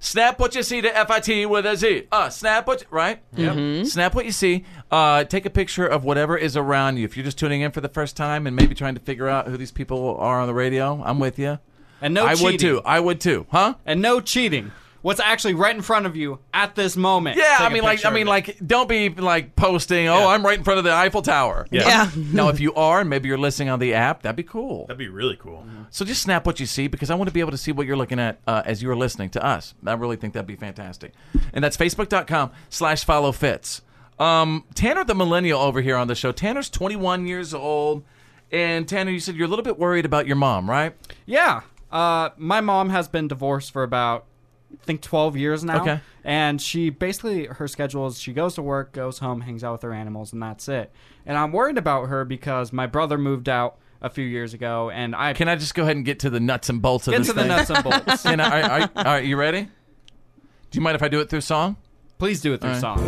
[SPEAKER 9] Snap what you see to FIT with a Z. Uh, snap what, right?
[SPEAKER 3] Mm-hmm.
[SPEAKER 9] Yep. Snap what you see. Uh, take a picture of whatever is around you. If you're just tuning in for the first time and maybe trying to figure out who these people are on the radio, I'm with you.
[SPEAKER 3] And no
[SPEAKER 9] I would
[SPEAKER 3] cheating.
[SPEAKER 9] too. I would too. Huh?
[SPEAKER 3] And no cheating. what's actually right in front of you at this moment.
[SPEAKER 9] Yeah,
[SPEAKER 3] Take
[SPEAKER 9] I
[SPEAKER 3] a
[SPEAKER 9] mean, like,
[SPEAKER 3] picture
[SPEAKER 9] I
[SPEAKER 3] of
[SPEAKER 9] mean,
[SPEAKER 3] it.
[SPEAKER 9] like, don't be like posting. Oh, I'm right in front of the Eiffel Tower.
[SPEAKER 3] Yeah. Yeah.
[SPEAKER 9] now, if you are, and maybe you're listening on the app, that'd be cool.
[SPEAKER 8] That'd be really cool.
[SPEAKER 9] So just snap what you see because I want to be able to see what you're looking at uh, as you're listening to us. I really think that'd be fantastic. And that's facebook.com slash follow fits. Um, Tanner the millennial over here on the show. Tanner's 21 years old. And Tanner, you said you're a little bit worried about your mom, right?
[SPEAKER 3] Yeah. Uh, my mom has been divorced for about, I think, 12 years now.
[SPEAKER 9] Okay.
[SPEAKER 3] And she basically, her schedule is she goes to work, goes home, hangs out with her animals, and that's it. And I'm worried about her because my brother moved out a few years ago, and I.
[SPEAKER 9] Can I just go ahead and get to the nuts and bolts of
[SPEAKER 3] Get
[SPEAKER 9] this
[SPEAKER 3] to the
[SPEAKER 9] thing?
[SPEAKER 3] nuts and bolts.
[SPEAKER 9] Can I- all, right, all right, all right, you ready? Do you mind if I do it through song?
[SPEAKER 3] Please do it through
[SPEAKER 9] song.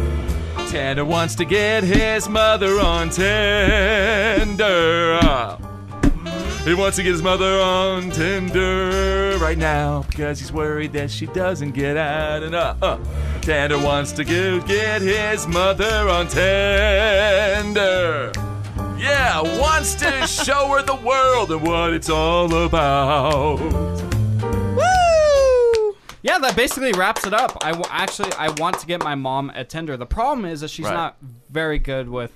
[SPEAKER 9] Tanner wants to get his mother on Tinder. He wants to get his mother on Tinder right now because he's worried that she doesn't get out enough. Uh, Tanner wants to go get his mother on Tinder. Yeah, wants to show her the world and what it's all about.
[SPEAKER 3] Woo! Yeah, that basically wraps it up. I w- actually I want to get my mom a Tinder. The problem is that she's
[SPEAKER 9] Right.
[SPEAKER 3] not very good with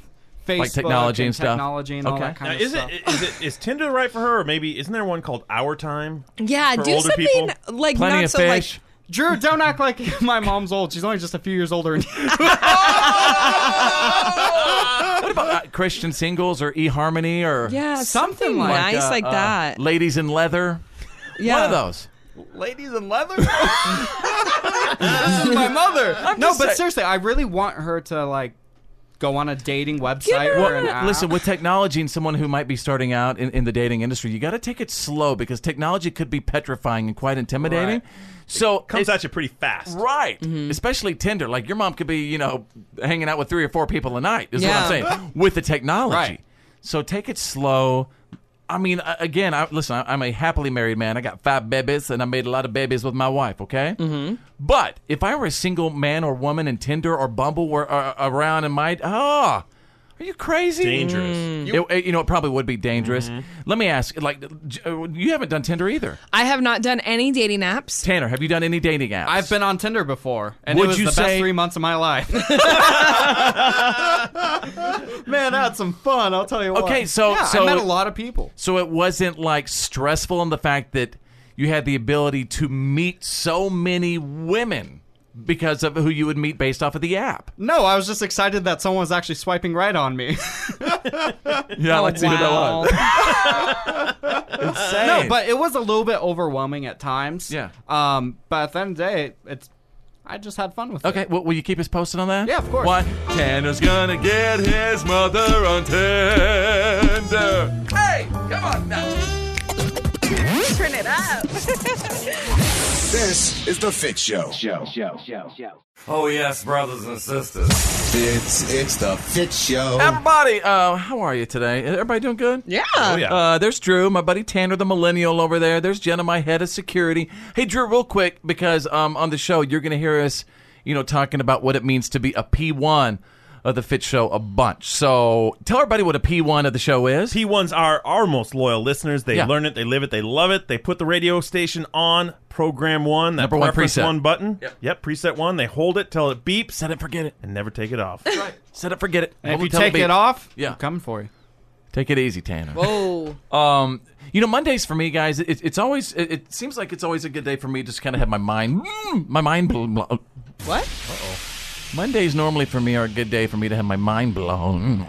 [SPEAKER 3] Facebook,
[SPEAKER 9] Like technology and stuff.
[SPEAKER 3] technology and all
[SPEAKER 9] Okay.
[SPEAKER 3] that kind
[SPEAKER 8] Now,
[SPEAKER 3] of
[SPEAKER 8] is
[SPEAKER 3] stuff.
[SPEAKER 8] it is it is Tinder right for her, or maybe isn't there one called Our Time?
[SPEAKER 4] Yeah,
[SPEAKER 8] for
[SPEAKER 4] do
[SPEAKER 8] older
[SPEAKER 4] something
[SPEAKER 8] people?
[SPEAKER 4] like not so
[SPEAKER 3] Drew, don't act like my mom's old. She's only just a few years older. Than you.
[SPEAKER 9] What about uh, Christian singles or eHarmony or
[SPEAKER 4] Yeah, something nice like that.
[SPEAKER 9] uh, Ladies in leather.
[SPEAKER 4] Yeah.
[SPEAKER 9] One of those.
[SPEAKER 3] like ladies in leather. this is my mother. no,
[SPEAKER 9] just
[SPEAKER 3] but
[SPEAKER 9] saying-
[SPEAKER 3] seriously, I really want her to like go on a dating website
[SPEAKER 9] Well,
[SPEAKER 3] or an app.
[SPEAKER 9] listen, with technology and someone who might be starting out in, in the dating industry, you got to take it slow because technology could be petrifying and quite intimidating.
[SPEAKER 8] Right.
[SPEAKER 9] So
[SPEAKER 8] comes
[SPEAKER 9] it-
[SPEAKER 8] at you pretty fast.
[SPEAKER 9] Right. Especially Tinder. Like your mom could be, you know, hanging out with three or four people a night, is
[SPEAKER 8] Yeah.
[SPEAKER 9] what I'm saying, with the technology. So take it slow. I mean, a- again, I, listen, I- I'm a happily married man. I got five babies and I made a lot of babies with my wife, okay? Mm-hmm. But if I were a single man or woman and Tinder or Bumble were uh, around and might, ah. are you crazy?
[SPEAKER 8] Dangerous. Mm.
[SPEAKER 9] You, Mm-hmm. it, you know, it probably would be dangerous. Let me ask, like, j- uh, you haven't done Tinder either.
[SPEAKER 4] I have not done any dating apps.
[SPEAKER 9] Tanner, have you done any dating apps? I've
[SPEAKER 3] been on Tinder before, and
[SPEAKER 9] Would
[SPEAKER 3] it was
[SPEAKER 9] you
[SPEAKER 3] the
[SPEAKER 9] say
[SPEAKER 3] best three months of my life. Man, that's some fun. I'll tell you what.
[SPEAKER 9] Okay, so
[SPEAKER 3] Yeah,
[SPEAKER 9] so
[SPEAKER 3] I met a lot of people.
[SPEAKER 9] So it wasn't like stressful in the fact that you had the ability to meet so many women because of who you would meet based off of the app.
[SPEAKER 3] No, I was just excited that someone was actually swiping right on me.
[SPEAKER 9] Yeah,
[SPEAKER 3] Oh,
[SPEAKER 9] let's see who that
[SPEAKER 3] wow.
[SPEAKER 9] was.
[SPEAKER 3] no, but it was a little bit overwhelming at times.
[SPEAKER 9] Yeah.
[SPEAKER 3] Um, but at the end of the day, it's I just had fun with
[SPEAKER 9] Okay, well, will you keep us posted on that?
[SPEAKER 3] Yeah, of course.
[SPEAKER 9] Why? Tanner's gonna get his mother on Tinder. Hey, come on now.
[SPEAKER 6] Turn it up.
[SPEAKER 10] This is the Fit Show. Show. Show. Show. Show.
[SPEAKER 1] Oh, yes, brothers and sisters.
[SPEAKER 10] It's it's the Fit Show.
[SPEAKER 9] Everybody, uh, how are you today? Everybody doing good?
[SPEAKER 4] Yeah.
[SPEAKER 10] Oh, yeah.
[SPEAKER 9] Uh, there's Drew, my buddy Tanner, the millennial over there. There's Jenna, my head of security. Hey, Drew, real quick, because um, on the show you're going to hear us, you know, talking about what it means to be a P1 of the Fit Show a bunch. So tell everybody what a P1 of the show is.
[SPEAKER 8] P1s are our most loyal listeners. They
[SPEAKER 9] Yeah.
[SPEAKER 8] learn it, they live it, they love it. They put the radio station on program one, that
[SPEAKER 9] Number one
[SPEAKER 8] preference
[SPEAKER 9] preset.
[SPEAKER 8] one button. Yep. preset one. They hold it till it beeps.
[SPEAKER 9] Set it, forget it,
[SPEAKER 8] and never take it off.
[SPEAKER 9] Set it, forget it.
[SPEAKER 3] And if
[SPEAKER 9] Hold
[SPEAKER 3] you
[SPEAKER 9] the
[SPEAKER 3] take
[SPEAKER 9] telebeat.
[SPEAKER 3] it off,
[SPEAKER 9] yeah,
[SPEAKER 3] I'm coming for you.
[SPEAKER 9] Take it easy, Tanner.
[SPEAKER 4] Whoa.
[SPEAKER 9] Um, you know, Mondays for me, guys, it, it's always. It, it seems like it's always a good day for me. Just kind of have my mind, mm, my mind. Bl- bl-
[SPEAKER 4] What?
[SPEAKER 9] Mondays normally for me are a good day for me to have my mind blown.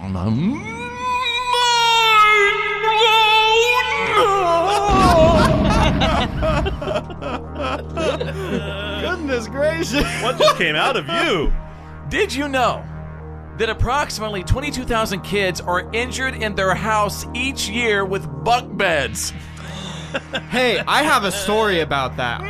[SPEAKER 3] Goodness gracious!
[SPEAKER 8] What just came out of you?
[SPEAKER 9] Did you know that approximately 22,000 kids are injured in their house each year with bunk beds?
[SPEAKER 3] hey, I have a story about that.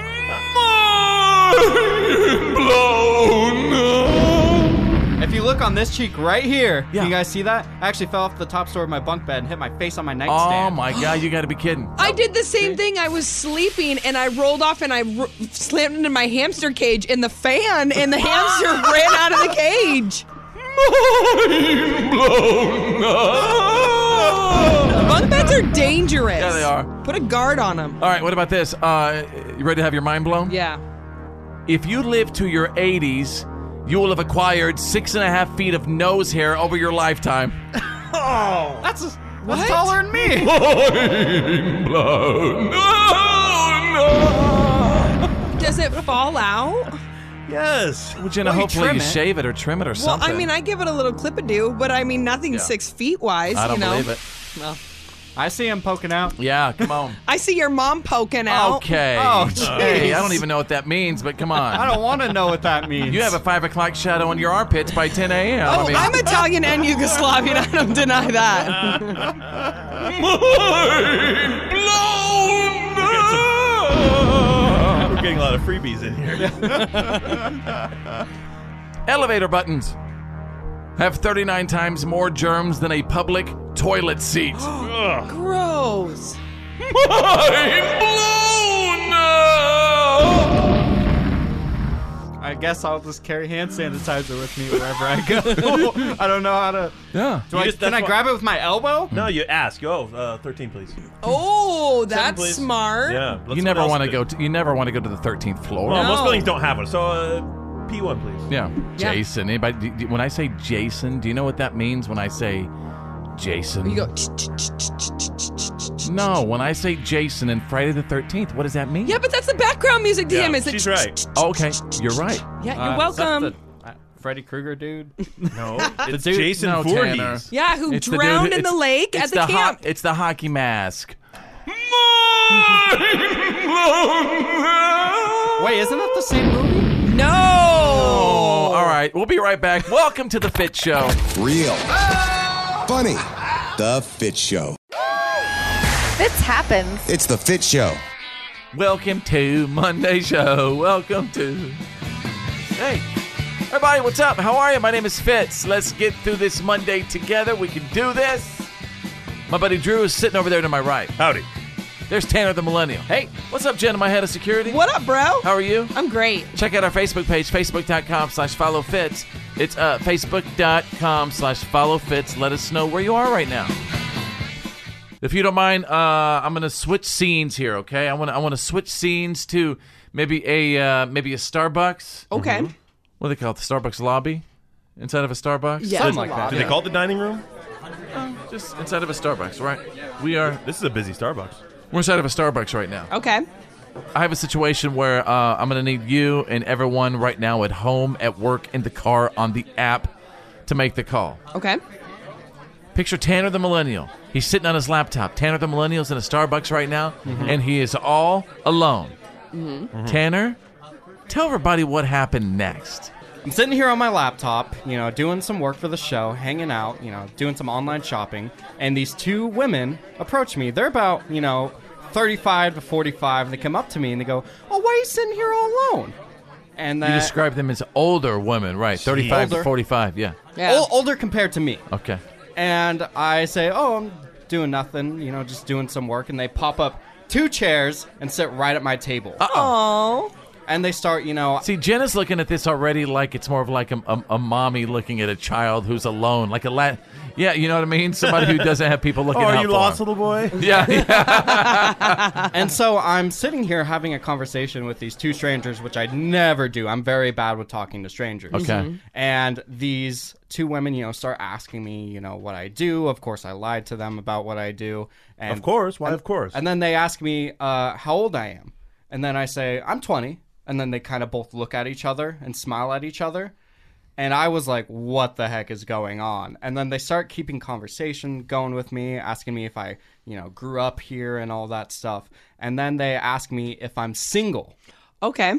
[SPEAKER 3] If you look on this cheek right here, can you guys see that? I actually fell off the top story of my bunk bed and hit my face on my nightstand.
[SPEAKER 9] Oh my god, you gotta be kidding.
[SPEAKER 4] I did the same thing. I was sleeping and I rolled off and I r- slammed into my hamster cage in the fan and the hamster ran out of the cage. Bunk beds are dangerous.
[SPEAKER 9] Yeah, they are.
[SPEAKER 4] Put a guard on them.
[SPEAKER 9] All right, what about this? Uh, you ready to have your mind blown?
[SPEAKER 4] Yeah.
[SPEAKER 9] If you live to your 80s, you will have acquired six and a half feet of nose hair over your lifetime.
[SPEAKER 3] Oh, that's a, that's taller than me.
[SPEAKER 9] Mind blown.
[SPEAKER 4] Does it fall out?
[SPEAKER 8] Yes.
[SPEAKER 9] Well, Jenna,
[SPEAKER 4] Well, you
[SPEAKER 9] hopefully you,
[SPEAKER 4] trim it.
[SPEAKER 9] shave it or trim it or
[SPEAKER 4] Well,
[SPEAKER 9] something.
[SPEAKER 4] I mean, I give it a little clip a do, but I mean, nothing
[SPEAKER 9] Yeah.
[SPEAKER 4] six feet wise.
[SPEAKER 9] I don't
[SPEAKER 4] you know?
[SPEAKER 9] believe it.
[SPEAKER 4] Well,
[SPEAKER 3] I see him poking out.
[SPEAKER 9] Yeah, come on.
[SPEAKER 4] I see your mom poking out.
[SPEAKER 9] Okay.
[SPEAKER 3] Oh,
[SPEAKER 9] Hey, I don't
[SPEAKER 3] jeez.
[SPEAKER 9] even know what that means, but come on.
[SPEAKER 3] I don't want to know what that means.
[SPEAKER 9] You have a five o'clock shadow on your armpits by 10 a.m.
[SPEAKER 4] Oh,
[SPEAKER 9] I mean,
[SPEAKER 4] I'm Italian and Yugoslavian. I don't deny that.
[SPEAKER 8] We're getting a lot of freebies in here.
[SPEAKER 9] Elevator buttons have 39 times more germs than a public toilet seat.
[SPEAKER 4] Gross.
[SPEAKER 3] I guess I'll just carry hand sanitizer with me wherever I go. I don't know how to.
[SPEAKER 9] Yeah.
[SPEAKER 3] Do I, can I grab it with my elbow? Uh,
[SPEAKER 8] No, you ask. Oh, uh, 13, please.
[SPEAKER 4] Oh,
[SPEAKER 8] that's please. smart. Yeah, let's
[SPEAKER 9] You never
[SPEAKER 8] announce
[SPEAKER 9] want to
[SPEAKER 8] it.
[SPEAKER 9] go. To, you never want to go to the 13th floor.
[SPEAKER 8] Well, most buildings don't have one, so uh, P1, please.
[SPEAKER 9] Yeah.
[SPEAKER 4] Yeah.
[SPEAKER 9] Jason. Anybody? do- do- When I say Jason, do you know what that means? When I say Jason,
[SPEAKER 4] You go.
[SPEAKER 9] no. When I say Jason and Friday the 13th, what does that mean? Oh,
[SPEAKER 4] Yeah, but that's the background music. DM is it?
[SPEAKER 9] Okay, you're right.
[SPEAKER 4] Yeah,
[SPEAKER 9] Uh,
[SPEAKER 4] you're welcome.
[SPEAKER 3] Freddy Krueger dude?
[SPEAKER 8] No,
[SPEAKER 9] it's Jason
[SPEAKER 3] No,
[SPEAKER 9] Voorhees.
[SPEAKER 3] Tanner.
[SPEAKER 4] Yeah, who
[SPEAKER 9] It's
[SPEAKER 4] drowned
[SPEAKER 9] who-
[SPEAKER 4] in the
[SPEAKER 9] it's-
[SPEAKER 4] lake
[SPEAKER 9] it's
[SPEAKER 4] at the
[SPEAKER 9] ho-
[SPEAKER 4] camp.
[SPEAKER 9] it's the hockey mask.
[SPEAKER 3] Wait, isn't that the same movie?
[SPEAKER 4] No.
[SPEAKER 9] All right, we'll be right back. Welcome to the Fit Show.
[SPEAKER 10] Real. Funny. The Fit Show.
[SPEAKER 19] Fits happens.
[SPEAKER 10] It's The Fit Show.
[SPEAKER 9] Welcome to Monday Show. Welcome to. Hey, everybody, what's up? How are you? My name is Fitz. Let's get through this Monday together. We can do this. My buddy Drew is sitting over there to my right.
[SPEAKER 8] Howdy.
[SPEAKER 9] There's Tanner the Millennial. Hey, what's up, Jen, my head of security? What
[SPEAKER 4] up, bro?
[SPEAKER 9] How are you?
[SPEAKER 4] I'm great.
[SPEAKER 9] Check out our Facebook page, facebook.com slash follow Fitz. It's uh, facebook.com slash follow Fitz. Let us know where you are right now. If you don't mind, uh, I'm gonna switch scenes here, okay? I want to I want to switch scenes to maybe a uh, maybe a Starbucks.
[SPEAKER 4] Okay. Mhm.
[SPEAKER 9] What do they call it? The Starbucks lobby, inside of a Starbucks.
[SPEAKER 4] Yeah. Something like that.
[SPEAKER 8] Do they call it the dining room?
[SPEAKER 9] Just inside of a Starbucks, right? We are.
[SPEAKER 8] This is a busy Starbucks.
[SPEAKER 9] We're inside of a Starbucks right now.
[SPEAKER 4] Okay.
[SPEAKER 9] I have a situation where uh, I'm going to need you and everyone right now at home, at work, in the car, on the app to make the call.
[SPEAKER 4] Okay.
[SPEAKER 9] Picture Tanner the Millennial. He's sitting on his laptop. Tanner the Millennial's in a Starbucks right now,
[SPEAKER 8] Mm-hmm.
[SPEAKER 9] and he is all alone. Mm-hmm. Tanner, tell everybody what happened next.
[SPEAKER 3] I'm sitting here on my laptop, you know, doing some work for the show, hanging out, you know, doing some online shopping, and these two women approach me. They're about, you know, 35 to 45, and they come up to me and they go, "Oh, why are you sitting here all alone?" And
[SPEAKER 9] you
[SPEAKER 8] Uh,
[SPEAKER 3] that
[SPEAKER 9] describe them as older women, right? 35 to
[SPEAKER 3] Older.
[SPEAKER 9] 45, yeah.
[SPEAKER 3] Ol-
[SPEAKER 9] Oh.
[SPEAKER 3] older compared to me.
[SPEAKER 9] Okay.
[SPEAKER 3] And I say, "Oh, I'm doing nothing, you know, just doing some work." And they pop up two chairs and sit right at my table.
[SPEAKER 9] Uh.
[SPEAKER 4] Oh.
[SPEAKER 3] And they start, you know,
[SPEAKER 9] See, Jenna's looking at this already like it's more of like a, a, a mommy looking at a child who's alone, like a la- yeah, you know what I mean? Somebody who doesn't have people looking
[SPEAKER 8] oh,
[SPEAKER 9] out
[SPEAKER 8] are you
[SPEAKER 9] for
[SPEAKER 8] lost,
[SPEAKER 9] them.
[SPEAKER 8] little boy?
[SPEAKER 9] Yeah,
[SPEAKER 3] and so I'm sitting here having a conversation with these two strangers, which I never do. I'm very bad with talking to strangers.
[SPEAKER 9] Okay. Mhm.
[SPEAKER 3] And these two women, you know, start asking me, you know, what I do. Of course, I lied to them about what I do. And,
[SPEAKER 8] Of course. Why,
[SPEAKER 3] and-
[SPEAKER 8] of course.
[SPEAKER 3] And then they ask me uh, how old I am, and then I say I'm 20, and then they kind of both look at each other and smile at each other. And I was like, what the heck is going on? And then they start keeping conversation going with me, asking me if I, you know, grew up here and all that stuff. And then they ask me if I'm single.
[SPEAKER 4] Okay.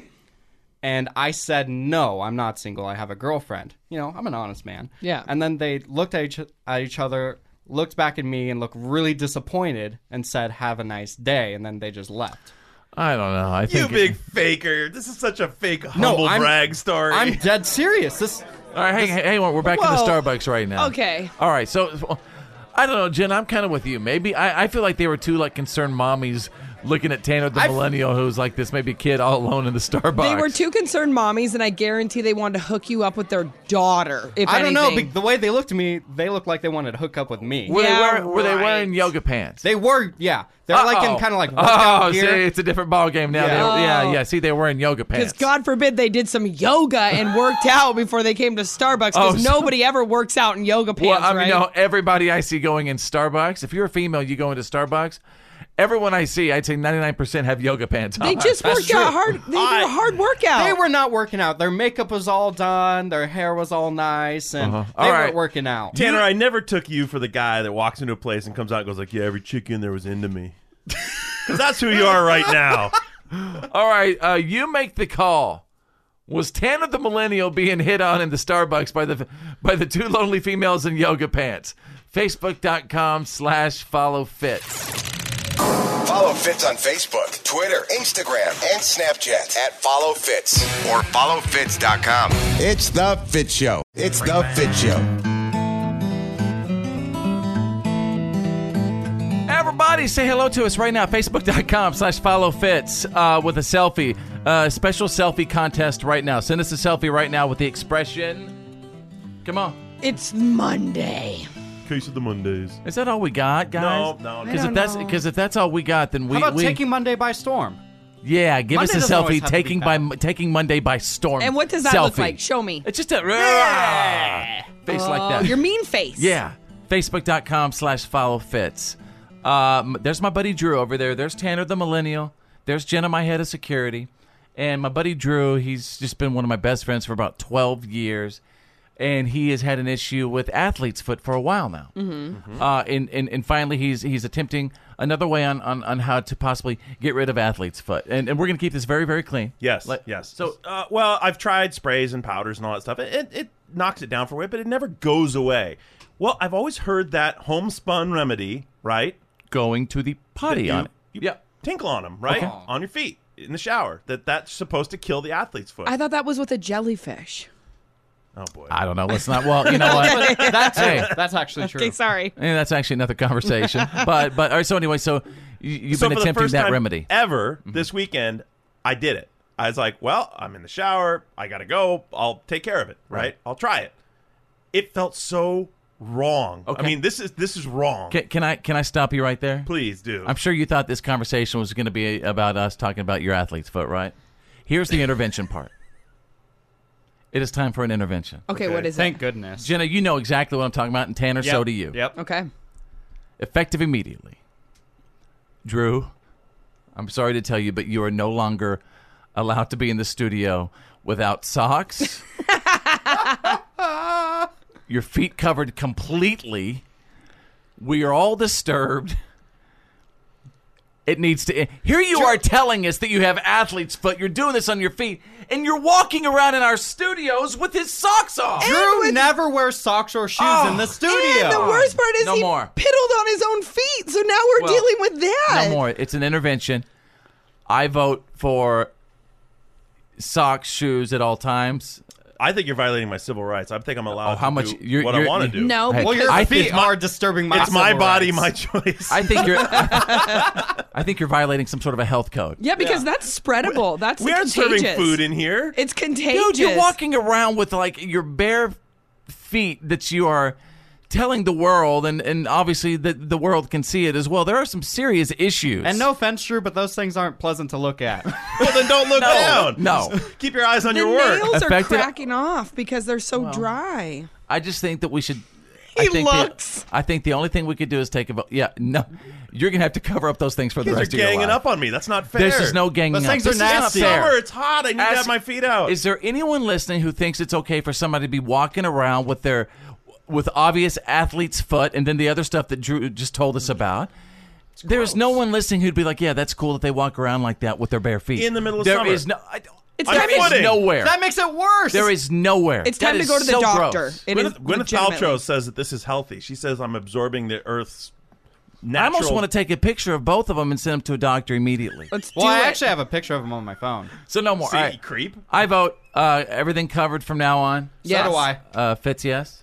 [SPEAKER 3] And I said, no, I'm not single. I have a girlfriend. You know, I'm an honest man.
[SPEAKER 4] Yeah.
[SPEAKER 3] And then they looked at each, at each other, looked back at me, and looked really disappointed and said, have a nice day. And then they just left.
[SPEAKER 9] I don't know. I
[SPEAKER 8] You
[SPEAKER 9] think
[SPEAKER 8] big faker. This is such a fake humble
[SPEAKER 3] No, I'm,
[SPEAKER 8] brag story.
[SPEAKER 3] I'm dead serious. This.
[SPEAKER 9] All right, hang, hang on. We're back in the
[SPEAKER 3] Whoa.
[SPEAKER 9] Starbucks right now.
[SPEAKER 4] Okay.
[SPEAKER 9] All right, so I don't know, Jen. I'm kind of with you. Maybe I, I feel like they were two like concerned mommies looking at Tano the
[SPEAKER 4] I've-
[SPEAKER 9] millennial, who's like this maybe kid all alone in the Starbucks.
[SPEAKER 4] They were two concerned mommies, and I guarantee they wanted to hook you up with their daughter. If
[SPEAKER 12] I don't know.
[SPEAKER 4] anything.
[SPEAKER 12] But the way they looked at me, they looked like they wanted to hook up with me.
[SPEAKER 9] Were, they wearing, were they wearing yoga pants?
[SPEAKER 12] They were, yeah. They're like in
[SPEAKER 9] Uh-oh.
[SPEAKER 12] kind of like
[SPEAKER 9] oh,
[SPEAKER 12] workout
[SPEAKER 9] see,
[SPEAKER 12] gear.
[SPEAKER 9] it's a different ball game
[SPEAKER 12] Yeah.
[SPEAKER 9] now. They- Yeah,
[SPEAKER 4] Oh.
[SPEAKER 9] yeah, See, they were in yoga
[SPEAKER 4] Because
[SPEAKER 9] pants.
[SPEAKER 4] God forbid they did some yoga and worked out before they came to Starbucks. Because
[SPEAKER 9] Oh, so-
[SPEAKER 4] nobody ever works out in yoga pants,
[SPEAKER 9] well, I mean,
[SPEAKER 4] right?
[SPEAKER 9] no, everybody I see going in Starbucks. If you're a female, you go into Starbucks. Everyone I see, I'd say 99% have yoga pants on.
[SPEAKER 4] They just
[SPEAKER 9] uh, That's
[SPEAKER 4] worked out
[SPEAKER 9] true.
[SPEAKER 4] hard. They did a hard workout.
[SPEAKER 12] They were not working out. Their makeup was all done. Their hair was all nice, and
[SPEAKER 8] Uh-huh.
[SPEAKER 12] they
[SPEAKER 8] All right.
[SPEAKER 12] weren't working out.
[SPEAKER 8] Tanner, I never took you for the guy that walks into a place and comes out and goes like, "Yeah, every chick in there was into me." Because that's who you are right now.
[SPEAKER 9] All right, uh, you make the call. Was Tana the millennial being hit on in the Starbucks by the by the two lonely females in yoga pants? Facebook.com slash follow fits.
[SPEAKER 10] Follow Fitz on Facebook, Twitter, Instagram, and Snapchat at Follow Fitz or followfitz.com. It's the Fit Show. It's the Fit Show.
[SPEAKER 9] Everybody say hello to us right now. Facebook.com slash follow fits uh, with a selfie. Uh, special selfie contest right now. Send us a selfie right now with the expression. Come on.
[SPEAKER 4] It's Monday.
[SPEAKER 8] Case of the Mondays.
[SPEAKER 9] Is that all we got, guys?
[SPEAKER 8] No, no, no.
[SPEAKER 9] Because
[SPEAKER 8] I
[SPEAKER 9] if
[SPEAKER 8] don't
[SPEAKER 9] that's
[SPEAKER 8] know.
[SPEAKER 9] because if that's all we got, then we
[SPEAKER 12] How about
[SPEAKER 9] we-
[SPEAKER 12] taking Monday by storm?
[SPEAKER 9] Yeah, give
[SPEAKER 12] Monday
[SPEAKER 9] us a
[SPEAKER 12] doesn't always
[SPEAKER 9] selfie
[SPEAKER 12] have to be
[SPEAKER 9] taking by taking Monday by storm.
[SPEAKER 4] And what does that look
[SPEAKER 9] Selfie.
[SPEAKER 4] like? Show me.
[SPEAKER 9] It's just a face
[SPEAKER 4] Oh,
[SPEAKER 9] like that.
[SPEAKER 4] Your mean face.
[SPEAKER 9] Yeah. Facebook.com slash follow fits. Um, there's my buddy Drew over there. There's Tanner the Millennial. There's Jenna, my head of security. And my buddy Drew, he's just been one of my best friends for about 12 years. And he has had an issue with athlete's foot for a while now. Uh, and, and, and finally, he's he's attempting another way on, on, on how to possibly get rid of athlete's foot. And, and we're going to keep this very, very clean.
[SPEAKER 8] Yes, yes. So, uh, well, I've tried sprays and powders and all that stuff. It, it, it knocks it down for a way, but it never goes away. Well, I've always heard that homespun remedy, right?
[SPEAKER 9] Going to the potty on it. yeah.
[SPEAKER 8] Tinkle on them, right? On your feet in the shower. That that's supposed to kill the athlete's foot.
[SPEAKER 4] I thought that was with a jellyfish.
[SPEAKER 8] oh boy.
[SPEAKER 9] I don't know. Let's not. Well, you know what?
[SPEAKER 12] That's
[SPEAKER 9] Hey.
[SPEAKER 12] that's actually true.
[SPEAKER 4] Okay, sorry.
[SPEAKER 9] Yeah, Eh, that's actually another conversation. but but all right, so anyway, so you, you've
[SPEAKER 8] So for
[SPEAKER 9] been
[SPEAKER 8] the
[SPEAKER 9] attempting
[SPEAKER 8] first
[SPEAKER 9] that
[SPEAKER 8] time eh,
[SPEAKER 9] remedy. Mm-hmm.
[SPEAKER 8] ever this weekend. I did it. I was like, well, I'm in the shower. I gotta go. I'll take care of it. Right?
[SPEAKER 9] Right.
[SPEAKER 8] I'll try it. It felt so wrong.
[SPEAKER 9] Okay.
[SPEAKER 8] I mean, this is this is wrong.
[SPEAKER 9] Can, can I can I stop you right there?
[SPEAKER 8] Please do.
[SPEAKER 9] I'm sure you thought this conversation was going to be about us talking about your athlete's foot, right? Here's the intervention part. It is time for an intervention.
[SPEAKER 4] Okay, what is
[SPEAKER 3] Thank
[SPEAKER 4] it?
[SPEAKER 3] goodness.
[SPEAKER 9] Jenna, you know exactly what I'm talking about, and Tanner,
[SPEAKER 3] Yep,
[SPEAKER 9] so do you.
[SPEAKER 3] Yep.
[SPEAKER 4] Okay.
[SPEAKER 9] Effective immediately. Drew, I'm sorry to tell you, but you are no longer allowed to be in the studio without socks. your feet covered completely. We are all disturbed. It needs to. Here you are telling us that you have athlete's foot. You're doing this on your feet, and you're walking around in our studios with his socks off.
[SPEAKER 12] Drew never wears socks or shoes in the studio.
[SPEAKER 4] And the worst part is
[SPEAKER 9] No
[SPEAKER 4] he
[SPEAKER 9] more.
[SPEAKER 4] piddled on his own feet, so now we're
[SPEAKER 9] Well,
[SPEAKER 4] dealing with that.
[SPEAKER 9] No more. It's an intervention. I vote for socks, shoes at all times.
[SPEAKER 8] I think you're violating my civil rights. I think I'm allowed.
[SPEAKER 9] Oh, how
[SPEAKER 8] to
[SPEAKER 9] much-
[SPEAKER 8] do
[SPEAKER 9] you're-
[SPEAKER 8] what
[SPEAKER 9] you're-
[SPEAKER 8] I want to
[SPEAKER 9] you-
[SPEAKER 8] do?
[SPEAKER 9] No, Hey,
[SPEAKER 12] Well, your
[SPEAKER 9] I
[SPEAKER 12] feet
[SPEAKER 9] think-
[SPEAKER 12] are disturbing my.
[SPEAKER 8] it's my
[SPEAKER 12] civil
[SPEAKER 8] body,
[SPEAKER 12] rights.
[SPEAKER 8] my choice.
[SPEAKER 9] I think you're. I think you're violating some sort of a health code.
[SPEAKER 4] Yeah, because that's spreadable. That's
[SPEAKER 8] we aren't serving
[SPEAKER 4] contagious.
[SPEAKER 8] food in here.
[SPEAKER 4] It's contagious.
[SPEAKER 9] Dude, you're walking around with like your bare feet that you are telling the world, and and obviously the the world can see it as well. There are some serious issues.
[SPEAKER 12] And no offense, Drew, but those things aren't pleasant to look at.
[SPEAKER 8] Well, then don't look down.
[SPEAKER 9] no.
[SPEAKER 8] Keep your eyes on
[SPEAKER 4] The
[SPEAKER 8] your work.
[SPEAKER 4] nails are
[SPEAKER 9] Affected-
[SPEAKER 4] cracking off because they're so dry.
[SPEAKER 9] I just think that we should.
[SPEAKER 4] He
[SPEAKER 9] I think
[SPEAKER 4] looks.
[SPEAKER 9] The, I think the only thing we could do is take a vote. Yeah, no, you're gonna have to cover up those things for the
[SPEAKER 8] You're
[SPEAKER 9] rest of your life.
[SPEAKER 8] ganging up on me. That's not fair.
[SPEAKER 9] This is no ganging
[SPEAKER 8] Those
[SPEAKER 9] up.
[SPEAKER 8] things
[SPEAKER 9] This
[SPEAKER 8] are
[SPEAKER 9] is not
[SPEAKER 8] nasty.
[SPEAKER 9] fair.
[SPEAKER 8] Summer, it's hot. I need to
[SPEAKER 9] Ask-
[SPEAKER 8] have my feet out.
[SPEAKER 9] Is there anyone listening who thinks it's okay for somebody to be walking around with their with obvious athlete's foot and then the other stuff that Drew just told us about? There's no one listening who'd be like, "Yeah, that's cool that they walk around like that with their bare feet."
[SPEAKER 8] In the middle of
[SPEAKER 9] There
[SPEAKER 8] summer.
[SPEAKER 9] is no. I,
[SPEAKER 4] It's
[SPEAKER 9] there
[SPEAKER 4] time to-
[SPEAKER 9] is nowhere.
[SPEAKER 12] That makes it worse.
[SPEAKER 9] there is nowhere.
[SPEAKER 4] It's
[SPEAKER 9] That
[SPEAKER 4] time to
[SPEAKER 9] is
[SPEAKER 4] go to the
[SPEAKER 9] so
[SPEAKER 4] doctor.
[SPEAKER 9] gross.
[SPEAKER 4] It is
[SPEAKER 8] Gwyneth, Gwyneth
[SPEAKER 4] legitimately-
[SPEAKER 8] Paltrow says that this is healthy. She says I'm absorbing the Earth's natural.
[SPEAKER 9] I almost want to take a picture of both of them and send them to a doctor immediately.
[SPEAKER 4] Let's
[SPEAKER 12] Well,
[SPEAKER 4] do
[SPEAKER 12] I
[SPEAKER 4] it.
[SPEAKER 12] actually have a picture of him on my phone.
[SPEAKER 9] So no more.
[SPEAKER 8] See,
[SPEAKER 9] All right.
[SPEAKER 8] creep.
[SPEAKER 9] I vote uh, everything covered from now on.
[SPEAKER 4] Yes.
[SPEAKER 12] do I.
[SPEAKER 9] Uh, Fitz, yes.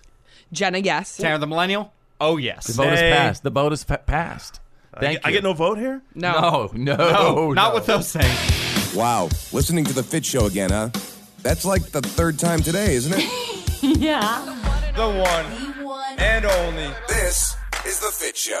[SPEAKER 4] Jenna, yes.
[SPEAKER 12] Tanner the Millennial? Oh,
[SPEAKER 9] The
[SPEAKER 12] yes.
[SPEAKER 9] vote is
[SPEAKER 8] Nay.
[SPEAKER 9] passed. The vote is fa- passed. Thank
[SPEAKER 8] I
[SPEAKER 9] you.
[SPEAKER 8] get no vote here?
[SPEAKER 9] No. No, no, Oh, No, not no. with
[SPEAKER 3] those things.
[SPEAKER 10] Wow, listening to the Fit Show again, huh? That's like the third time today, isn't it?
[SPEAKER 6] yeah.
[SPEAKER 10] the one and only. This is the Fit Show.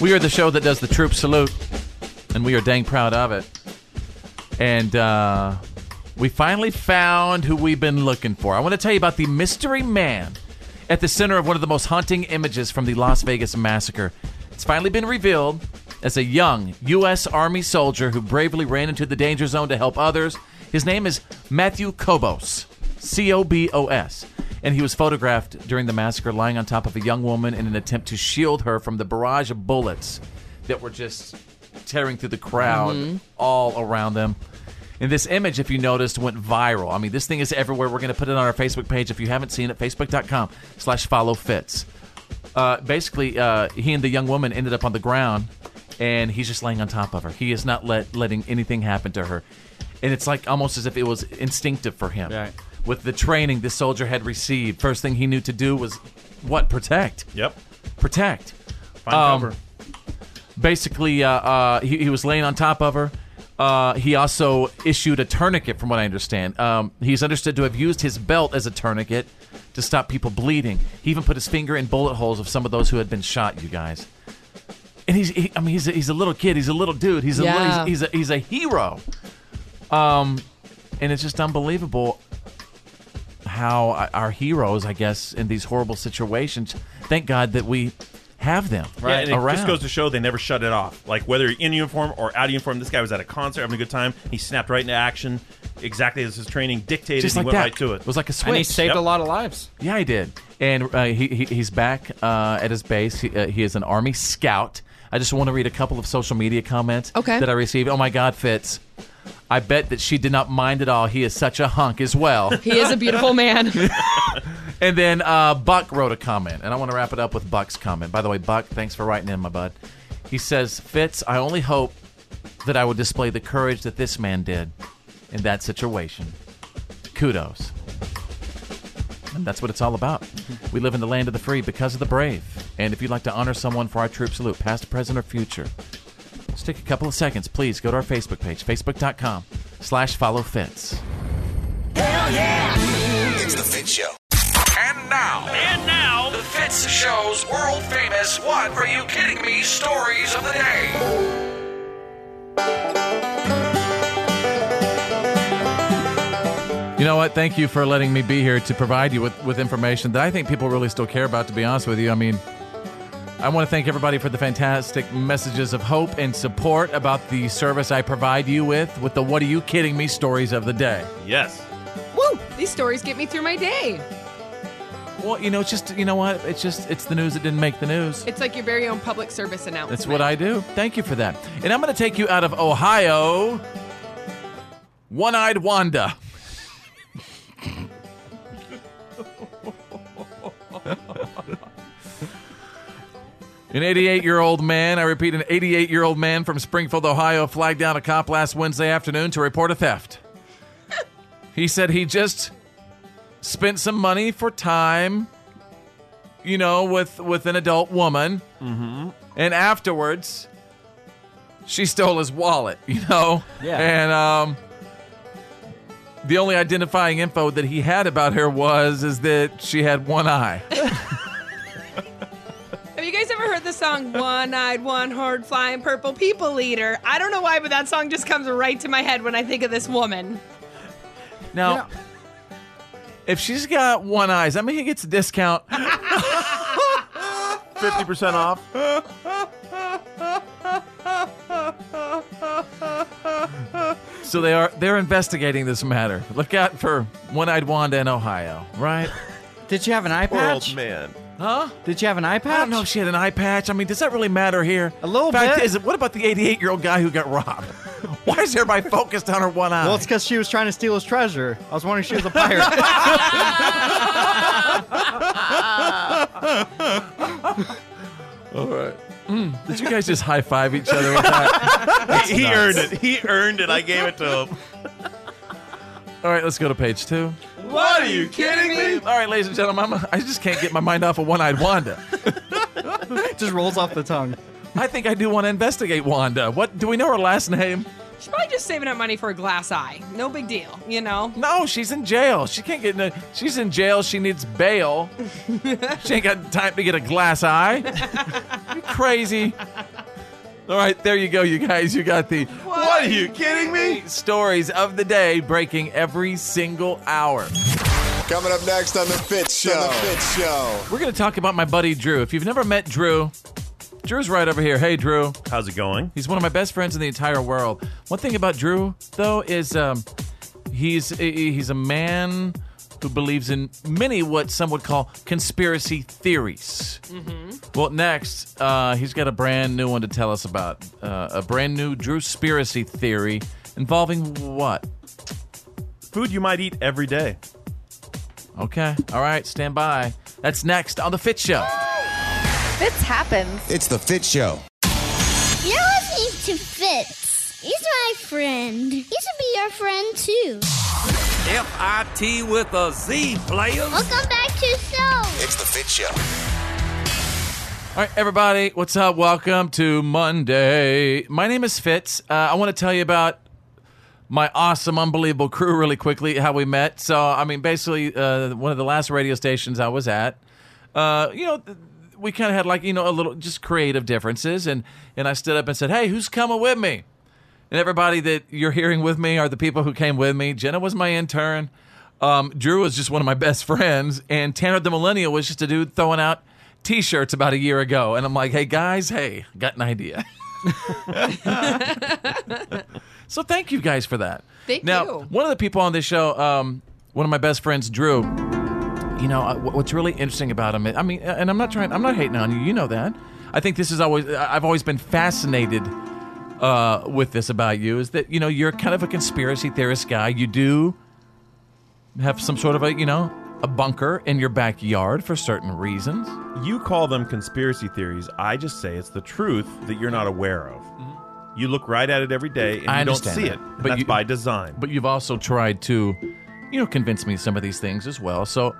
[SPEAKER 9] We are the show that does the troop salute, and we are dang proud of it. And uh, we finally found who we've been looking for. I want to tell you about the mystery man at the center of one of the most haunting images from the Las Vegas massacre. It's finally been revealed as a young U.S. Army soldier who bravely ran into the danger zone to help others. His name is Matthew Kobos, C O B O S and he was photographed during the massacre lying on top of a young woman in an attempt to shield her from the barrage of bullets that were just tearing through the crowd
[SPEAKER 20] Mhm.
[SPEAKER 9] all around them. And this image, if you noticed, went viral. I mean, this thing is everywhere. We're going to put it on our Facebook page. If you haven't seen it, facebook.com slash follow fits. Uh, basically, uh, he and the young woman ended up on the ground, and he's just laying on top of her. He is not let, letting anything happen to her. And it's like almost as if it was instinctive for him. With the training this soldier had received, first thing he knew to do was what? Protect.
[SPEAKER 8] Yep.
[SPEAKER 9] Protect.
[SPEAKER 8] Find
[SPEAKER 9] Um,
[SPEAKER 8] cover.
[SPEAKER 9] Basically, uh, uh, he, he was laying on top of her. Uh, he also issued a tourniquet, from what I understand. Um, he's understood to have used his belt as a tourniquet to stop people bleeding. He even put his finger in bullet holes of some of those who had been shot. You guys, and he's he, I mean he's a, he's a little kid. He's a little dude. He's a little-
[SPEAKER 20] Yeah.
[SPEAKER 9] he's, he's a he's a hero. Um, and it's just unbelievable how o- our heroes, I guess, in these horrible situations. Thank God that we have them
[SPEAKER 8] Yeah, and it
[SPEAKER 9] around.
[SPEAKER 8] just goes to show they never shut it off. Like whether in uniform or out of uniform, this guy was at a concert having a good time. He snapped right into action, exactly as his training dictated.
[SPEAKER 9] Just
[SPEAKER 8] he
[SPEAKER 9] like
[SPEAKER 8] went
[SPEAKER 9] that.
[SPEAKER 8] right to it.
[SPEAKER 9] It was like a switch. And he saved a
[SPEAKER 3] lot of lives.
[SPEAKER 9] Yeah, he did. And uh, he, he he's back uh, at his base. He, uh, he is an Army scout. I just want to read a couple of social media comments
[SPEAKER 21] Okay.
[SPEAKER 9] that I received. Oh my God, Fitz. I bet that she did not mind at all. He is such a hunk as well.
[SPEAKER 4] He is a beautiful man.
[SPEAKER 9] And then uh, Buck wrote a comment, and I want to wrap it up with Buck's comment. By the way, Buck, thanks for writing in, my bud. He says, Fitz, I only hope that I will display the courage that this man did in that situation. Kudos. And that's what it's all about. We live in the land of the free because of the brave. And if you'd like to honor someone for our troop salute, past, present, or future, just take a couple of seconds. Please go to our Facebook page, facebook.com slash follow Fitz.
[SPEAKER 10] It's the Fit Show.
[SPEAKER 7] And now, and now, the Fitz Show's world famous What Are You Kidding Me stories of the day.
[SPEAKER 9] You know what? Thank you for letting me be here to provide you with, with information that I think people really still care about, to be honest with you. I mean, I want to thank everybody for the fantastic messages of hope and support about the service I provide you with, with the What Are You Kidding Me stories of the day.
[SPEAKER 8] Yes.
[SPEAKER 4] Woo! These stories get me through my day.
[SPEAKER 9] Well, you know, it's just, you know what? It's just, it's the news that didn't make the news.
[SPEAKER 4] It's like your very own public service announcement.
[SPEAKER 9] That's what I do. Thank you for that. And I'm going to take you out of Ohio, One Eyed Wanda. An 88 year old man, I repeat, an 88 year old man from Springfield, Ohio, flagged down a cop last Wednesday afternoon to report a theft. he said he just spent some money for time, you know, with, with an adult woman. Mm-hmm. And afterwards, she stole his wallet, you know?
[SPEAKER 20] Yeah.
[SPEAKER 9] And um, the only identifying info that he had about her was is that she had one eye.
[SPEAKER 4] Have you guys ever heard the song One Eyed, One Hard Flying Purple People Eater? I don't know why, but that song just comes right to my head when I think of this woman.
[SPEAKER 9] Now, If she's got one eyes, I mean, he gets a discount.
[SPEAKER 8] 50% off.
[SPEAKER 9] So they are they're investigating this matter. Look out for one-eyed Wanda in Ohio, right?
[SPEAKER 3] Did you have an eye
[SPEAKER 9] Poor old patch?
[SPEAKER 8] man.
[SPEAKER 9] Huh?
[SPEAKER 3] Did you have an eye patch?
[SPEAKER 9] I don't know if she had an eye patch. I mean, does that really matter here? A little Fact
[SPEAKER 3] bit.
[SPEAKER 9] Is, what about the 88 year old guy who got robbed? Why is everybody focused on her one eye?
[SPEAKER 12] Well, it's because she was trying to steal his treasure. I was wondering if she was a pirate.
[SPEAKER 9] All right. Did you guys just high five each other with that? That's
[SPEAKER 8] he
[SPEAKER 9] nuts.
[SPEAKER 8] earned it. He earned it. I gave it to him.
[SPEAKER 9] All right, let's go to page two.
[SPEAKER 8] What are you kidding me?
[SPEAKER 9] All right, ladies and gentlemen, I'm, I just can't get my mind off of one eyed Wanda.
[SPEAKER 12] just rolls off the tongue.
[SPEAKER 9] I think I do want to investigate Wanda. What do we know her last name?
[SPEAKER 4] She's probably just saving up money for a glass eye. No big deal, you know?
[SPEAKER 9] No, she's in jail. She can't get in. A, she's in jail. She needs bail. she ain't got time to get a glass eye. you crazy. All right, there you go, you guys. You got the
[SPEAKER 8] What, are you kidding me?
[SPEAKER 9] stories of the day breaking every single hour.
[SPEAKER 10] Coming up next on the Fit Show. the Fit Show.
[SPEAKER 9] We're going to talk about my buddy Drew. If you've never met Drew, Drew's right over here. Hey, Drew.
[SPEAKER 8] How's it going?
[SPEAKER 9] He's one of my best friends in the entire world. One thing about Drew, though, is um, he's he's a man who believes in many what some would call conspiracy theories. Well, next, uh, he's got a brand new one to tell us about. Uh, a brand new Drewspiracy theory involving what?
[SPEAKER 8] Food you might eat every day.
[SPEAKER 9] Okay. All right. Stand by. That's next on The Fit Show.
[SPEAKER 19] Fitz happens.
[SPEAKER 10] It's the Fit Show.
[SPEAKER 2] You're listening to Fitz. He's my friend. He should be your friend too.
[SPEAKER 1] F-I-T with a Z, players.
[SPEAKER 2] Welcome back to the show.
[SPEAKER 10] It's the Fit Show.
[SPEAKER 9] All right, everybody. What's up? Welcome to Monday. My name is Fitz. Uh, I want to tell you about my awesome, unbelievable crew really quickly, how we met. So, I mean, basically, uh, one of the last radio stations I was at, uh, you know, th- we kind of had like, you know, a little just creative differences. And, and I stood up and said, Hey, who's coming with me? And everybody that you're hearing with me are the people who came with me. Jenna was my intern. Um, Drew was just one of my best friends. And Tanner the Millennial was just a dude throwing out t shirts about a year ago. And I'm like, Hey, guys, hey, got an idea. So thank you guys for that.
[SPEAKER 11] Thank
[SPEAKER 9] now,
[SPEAKER 11] you.
[SPEAKER 9] one of the people on this show, um, one of my best friends, Drew. You know uh, wh- what's really interesting about him? I mean, and I'm not trying. I'm not hating on you. You know that. I think this is always. I- I've always been fascinated uh, with this about you. Is that you know you're kind of a conspiracy theorist guy. You do have some sort of a you know a bunker in your backyard for certain reasons.
[SPEAKER 8] You call them conspiracy theories. I just say it's the truth that you're not aware of. You look right at it every day and
[SPEAKER 9] I
[SPEAKER 8] you don't
[SPEAKER 9] understand
[SPEAKER 8] see
[SPEAKER 9] that.
[SPEAKER 8] it.
[SPEAKER 9] But
[SPEAKER 8] But that's
[SPEAKER 9] you-
[SPEAKER 8] by design.
[SPEAKER 9] But you've also tried to, you know, convince me of some of these things as well. So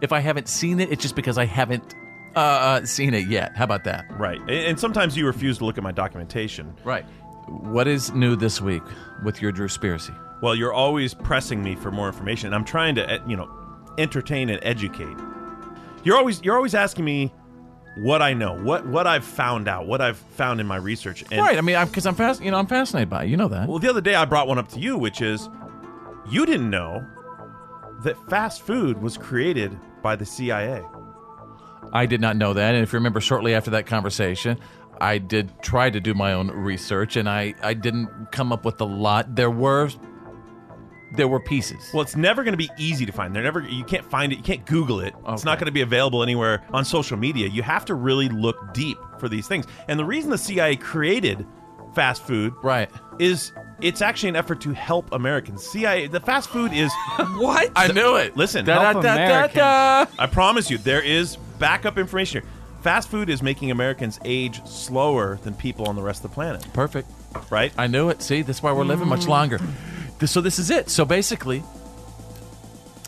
[SPEAKER 9] if I haven't seen it, it's just because I haven't uh, uh, seen it yet. How about that?
[SPEAKER 8] Right. And- And sometimes you refuse to look at my documentation.
[SPEAKER 9] Right. What is new this week with your Drewspiracy?
[SPEAKER 8] Well, you're always pressing me for more information, and I'm trying to, eh, you know, entertain and educate. You're always you're always asking me what I know, what what I've found out, what I've found in my research. And
[SPEAKER 9] right. I mean, because I'm, fast, you know, I'm fascinated by it. You know that.
[SPEAKER 8] Well, the other day I brought one up to you, which is you didn't know that fast food was created by the CIA.
[SPEAKER 9] I did not know that. And if you remember, shortly after that conversation, I did try to do my own research, and I, I didn't come up with a lot. There were there were pieces.
[SPEAKER 8] Well, it's never going to be easy to find. They're never you can't find it. You can't Google it. It's not going to be available anywhere on social media. You have to really look deep for these things. And the reason the CIA created fast food,
[SPEAKER 9] right,
[SPEAKER 8] is it's actually an effort to help Americans. CIA, the fast food is
[SPEAKER 4] What?
[SPEAKER 9] I knew it.
[SPEAKER 8] Listen,
[SPEAKER 9] Da, da, da, da, da.
[SPEAKER 8] I promise you, there is backup information here. Fast food is making Americans age slower than people on the rest of the planet.
[SPEAKER 9] Perfect.
[SPEAKER 8] Right?
[SPEAKER 9] I knew it. See, that's why we're living much longer. Th- So this is it. So basically,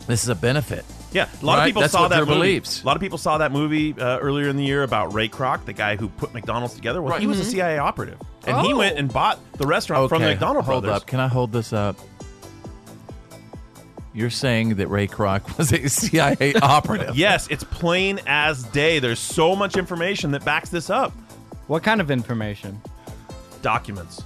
[SPEAKER 9] this is a benefit.
[SPEAKER 8] Yeah, a lot
[SPEAKER 9] Right?
[SPEAKER 8] of people
[SPEAKER 9] That's
[SPEAKER 8] saw
[SPEAKER 9] what
[SPEAKER 8] that
[SPEAKER 9] Drew
[SPEAKER 8] movie.
[SPEAKER 9] believes.
[SPEAKER 8] A lot of people saw that movie uh, earlier in the year about Ray Kroc, the guy who put McDonald's together. Well, he was a CIA operative, and he
[SPEAKER 9] Mm-hmm. Oh.
[SPEAKER 8] went and bought the restaurant from the McDonald
[SPEAKER 9] hold
[SPEAKER 8] brothers.
[SPEAKER 9] up. Can I hold this up? You're saying that Ray Kroc was a CIA operative.
[SPEAKER 8] Yes, it's plain as day. There's so much information that backs this up.
[SPEAKER 12] What kind of information?
[SPEAKER 8] Documents.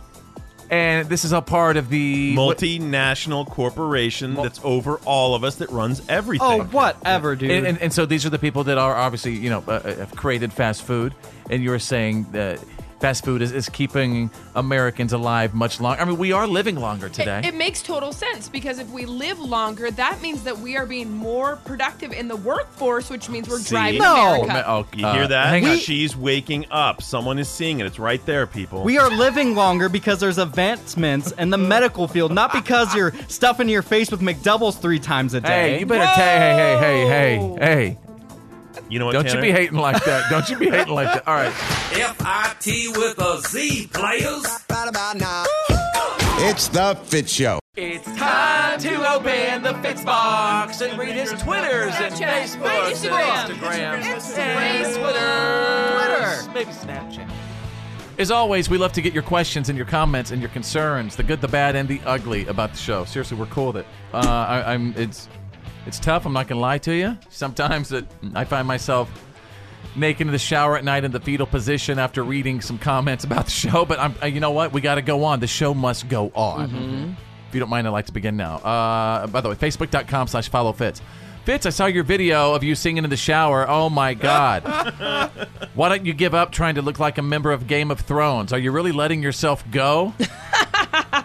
[SPEAKER 9] And this is a part of the
[SPEAKER 8] multinational corporation that's over all of us that runs everything.
[SPEAKER 9] Oh,
[SPEAKER 3] whatever, dude.
[SPEAKER 9] And, and, and so these are the people that are obviously, you know, uh, uh, have created fast food. And you were saying that fast food is, is keeping Americans alive much longer. I mean, we are living longer today.
[SPEAKER 4] It, it makes total sense because if we live longer, that means that we are being more productive in the workforce, which means we're driving
[SPEAKER 9] Oh,
[SPEAKER 4] America.
[SPEAKER 8] you
[SPEAKER 9] uh,
[SPEAKER 8] hear that?
[SPEAKER 12] Uh, hang on. We-
[SPEAKER 8] She's waking up. Someone is seeing it. It's right there, people.
[SPEAKER 12] We are living longer because there's advancements in the medical field, not because you're stuffing your face with McDoubles three times a day.
[SPEAKER 9] Hey, you better ta- hey, hey, hey, hey,
[SPEAKER 8] hey. You know what?
[SPEAKER 9] Don't
[SPEAKER 8] Tanner?
[SPEAKER 9] you be hating like that. Don't you be hating like that. All right.
[SPEAKER 7] F-I-T with a Z, players. Right about now.
[SPEAKER 10] It's the Fit Show.
[SPEAKER 9] It's time to open the Fitz box and read his Twitters and Facebooks and Instagrams. Twitter. Maybe Snapchat. As always, we love to get your questions and your comments and your concerns, the good, the bad, and the ugly about the show. Seriously, we're cool with it. Uh, I, I'm it's it's tough. I'm not gonna lie to you. Sometimes it, I find myself naked in the shower at night in the fetal position after reading some comments about the show. But I'm uh, you know what? We got to go on. The show must go on.
[SPEAKER 20] Mhm.
[SPEAKER 9] If you don't mind, I'd like to begin now. Uh, by the way, facebook.com slash follow Fitz. Fitz, I saw your video of you singing in the shower. Oh my God. Why don't you give up trying to look like a member of Game of Thrones? Are you really letting yourself go?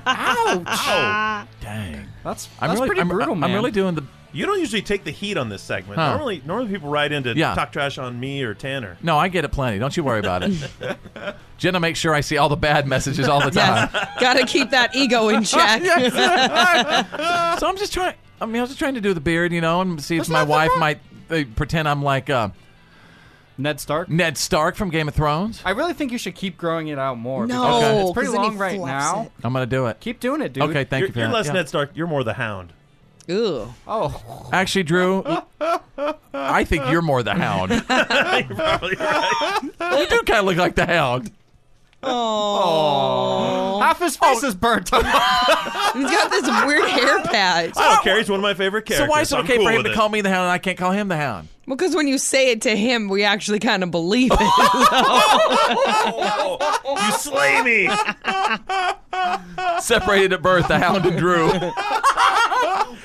[SPEAKER 12] Ouch.
[SPEAKER 9] Dang.
[SPEAKER 12] That's, that's
[SPEAKER 9] I'm really,
[SPEAKER 12] pretty
[SPEAKER 9] I'm,
[SPEAKER 12] brutal,
[SPEAKER 9] I'm
[SPEAKER 12] man.
[SPEAKER 9] really doing the.
[SPEAKER 8] You don't usually take the heat on this segment.
[SPEAKER 9] Huh.
[SPEAKER 8] Normally, normally people write into
[SPEAKER 9] Yeah.
[SPEAKER 8] talk trash on me or Tanner.
[SPEAKER 9] No, I get it plenty. Don't you worry about it. Jenna makes sure I see all the bad messages all the time.
[SPEAKER 4] Gotta keep that ego in check.
[SPEAKER 9] so I'm just trying. I mean, I was just trying to do the beard, you know, and see if my wife might uh, pretend I'm like uh,
[SPEAKER 12] Ned Stark.
[SPEAKER 9] Ned Stark from Game of Thrones.
[SPEAKER 12] I really think you should keep growing it out more.
[SPEAKER 9] No,
[SPEAKER 12] because
[SPEAKER 9] Okay.
[SPEAKER 12] it's pretty
[SPEAKER 9] 'cause then he
[SPEAKER 12] long right
[SPEAKER 9] flops
[SPEAKER 12] now.
[SPEAKER 9] it. I'm gonna do it.
[SPEAKER 12] Keep doing it, dude.
[SPEAKER 9] Okay, thank
[SPEAKER 8] you're,
[SPEAKER 9] you for
[SPEAKER 8] you're
[SPEAKER 9] that.
[SPEAKER 8] less
[SPEAKER 9] Yeah.
[SPEAKER 8] Ned Stark. You're more the Hound.
[SPEAKER 4] Ew.
[SPEAKER 12] Oh.
[SPEAKER 9] Actually, Drew, I think you're more the Hound.
[SPEAKER 8] Oh,
[SPEAKER 9] You do kind of look like the Hound.
[SPEAKER 4] Oh.
[SPEAKER 12] Half his face is burnt up.
[SPEAKER 4] He's got this weird hair patch.
[SPEAKER 8] I don't care. He's one of my favorite characters.
[SPEAKER 9] So why is it
[SPEAKER 8] I'm
[SPEAKER 9] okay
[SPEAKER 8] cool
[SPEAKER 9] for him
[SPEAKER 8] with
[SPEAKER 9] to
[SPEAKER 8] it.
[SPEAKER 9] call me the Hound and I can't call him the Hound?
[SPEAKER 4] Well, because when you say it to him, we actually kind of believe it.
[SPEAKER 8] Oh, you slay me.
[SPEAKER 9] Separated at birth, the Hound and Drew.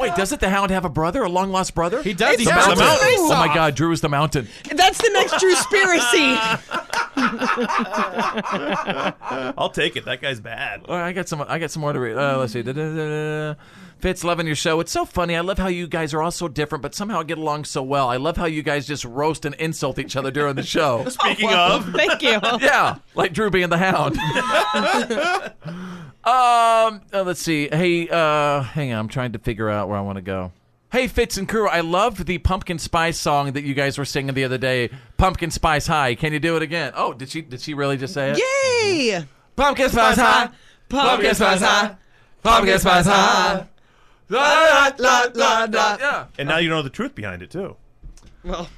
[SPEAKER 9] Wait, doesn't the Hound have a brother, a long lost brother? He
[SPEAKER 4] does. He
[SPEAKER 9] The
[SPEAKER 4] does.
[SPEAKER 9] mountain.
[SPEAKER 4] That's what I
[SPEAKER 9] Oh my
[SPEAKER 4] saw.
[SPEAKER 9] God, Drew is the mountain.
[SPEAKER 4] That's the next Drewspiracy.
[SPEAKER 8] I'll take it. That guy's bad.
[SPEAKER 9] All right, I got some. I got some more to read. Uh, let's see. Da-da-da-da. Fitz, loving your show. It's so funny. I love how you guys are all so different, but somehow get along so well. I love how you guys just roast and insult each other during the show.
[SPEAKER 8] Speaking of.
[SPEAKER 4] Thank you.
[SPEAKER 9] yeah, like Drew being the Hound. um, uh, let's see. Hey, uh, hang on. I'm trying to figure out where I want to go. Hey, Fitz and crew. I love the pumpkin spice song that you guys were singing the other day. Pumpkin spice high. Can you do it again? Oh, did she? Did she really just say it?
[SPEAKER 4] Yay!
[SPEAKER 9] Pumpkin spice high.
[SPEAKER 4] Pumpkin spice high.
[SPEAKER 9] Pumpkin spice high. La,
[SPEAKER 4] la, la, la.
[SPEAKER 8] And now you know the truth behind it too.
[SPEAKER 4] Well,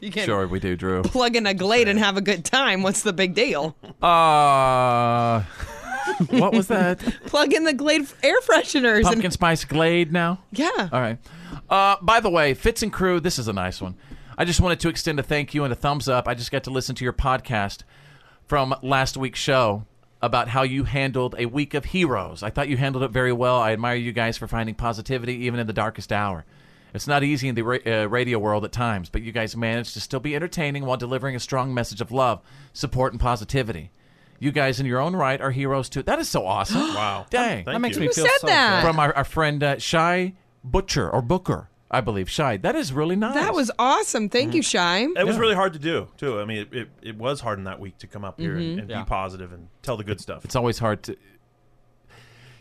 [SPEAKER 4] you can
[SPEAKER 9] Sure, we do, Drew.
[SPEAKER 4] plug in a glade and have a good time. What's the big deal?
[SPEAKER 9] Uh, what was that?
[SPEAKER 4] Plug in the glade air fresheners. and-
[SPEAKER 9] Pumpkin spice glade now?
[SPEAKER 4] Yeah.
[SPEAKER 9] All right. Uh, by the way, Fitz and crew, this is a nice one. I just wanted to extend a thank you and a thumbs up. I just got to listen to your podcast from last week's show about how you handled a week of heroes. I thought you handled it very well. I admire you guys for finding positivity even in the darkest hour. It's not easy in the ra- uh, radio world at times, but you guys managed to still be entertaining while delivering a strong message of love, support, and positivity. You guys, in your own right, are heroes too. That is so awesome! wow, dang,
[SPEAKER 12] That makes me Who feel said so good. that?
[SPEAKER 9] From our, our friend uh, Shy Butcher or Booker, I believe. Shy, that is really nice.
[SPEAKER 4] That was awesome. Thank you, Shy.
[SPEAKER 8] It was really hard to do too. I mean, it, it, it was hard in that week to come up here
[SPEAKER 4] Mhm.
[SPEAKER 8] and, and
[SPEAKER 4] Yeah.
[SPEAKER 8] be positive and tell the good stuff.
[SPEAKER 9] Mm-hmm. It's always hard to.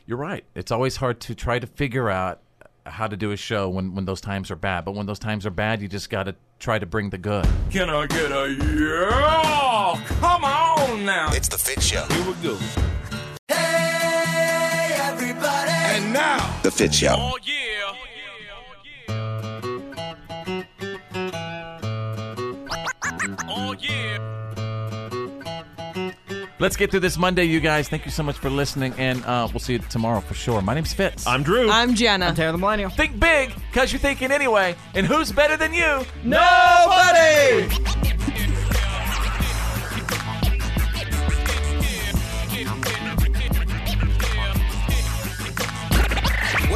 [SPEAKER 9] You're right. It's always hard to try to figure out how to do a show when when those times are bad. But when those times are bad, you just got to try to bring the good.
[SPEAKER 7] Can I get a yeah? Come on now.
[SPEAKER 10] It's the Fit Show.
[SPEAKER 7] Here we go.
[SPEAKER 6] Hey, everybody.
[SPEAKER 7] And now.
[SPEAKER 10] The Fit Show.
[SPEAKER 7] Oh yeah. Oh yeah.
[SPEAKER 9] Let's get through this Monday, you guys. Thank you so much for listening, and uh, we'll see you tomorrow for sure. My name's Fitz. I'm
[SPEAKER 8] Drew.
[SPEAKER 4] I'm Jenna. I'm
[SPEAKER 12] Taylor the Millennial.
[SPEAKER 9] Think big, cause you're thinking anyway. And who's better than you?
[SPEAKER 7] Nobody!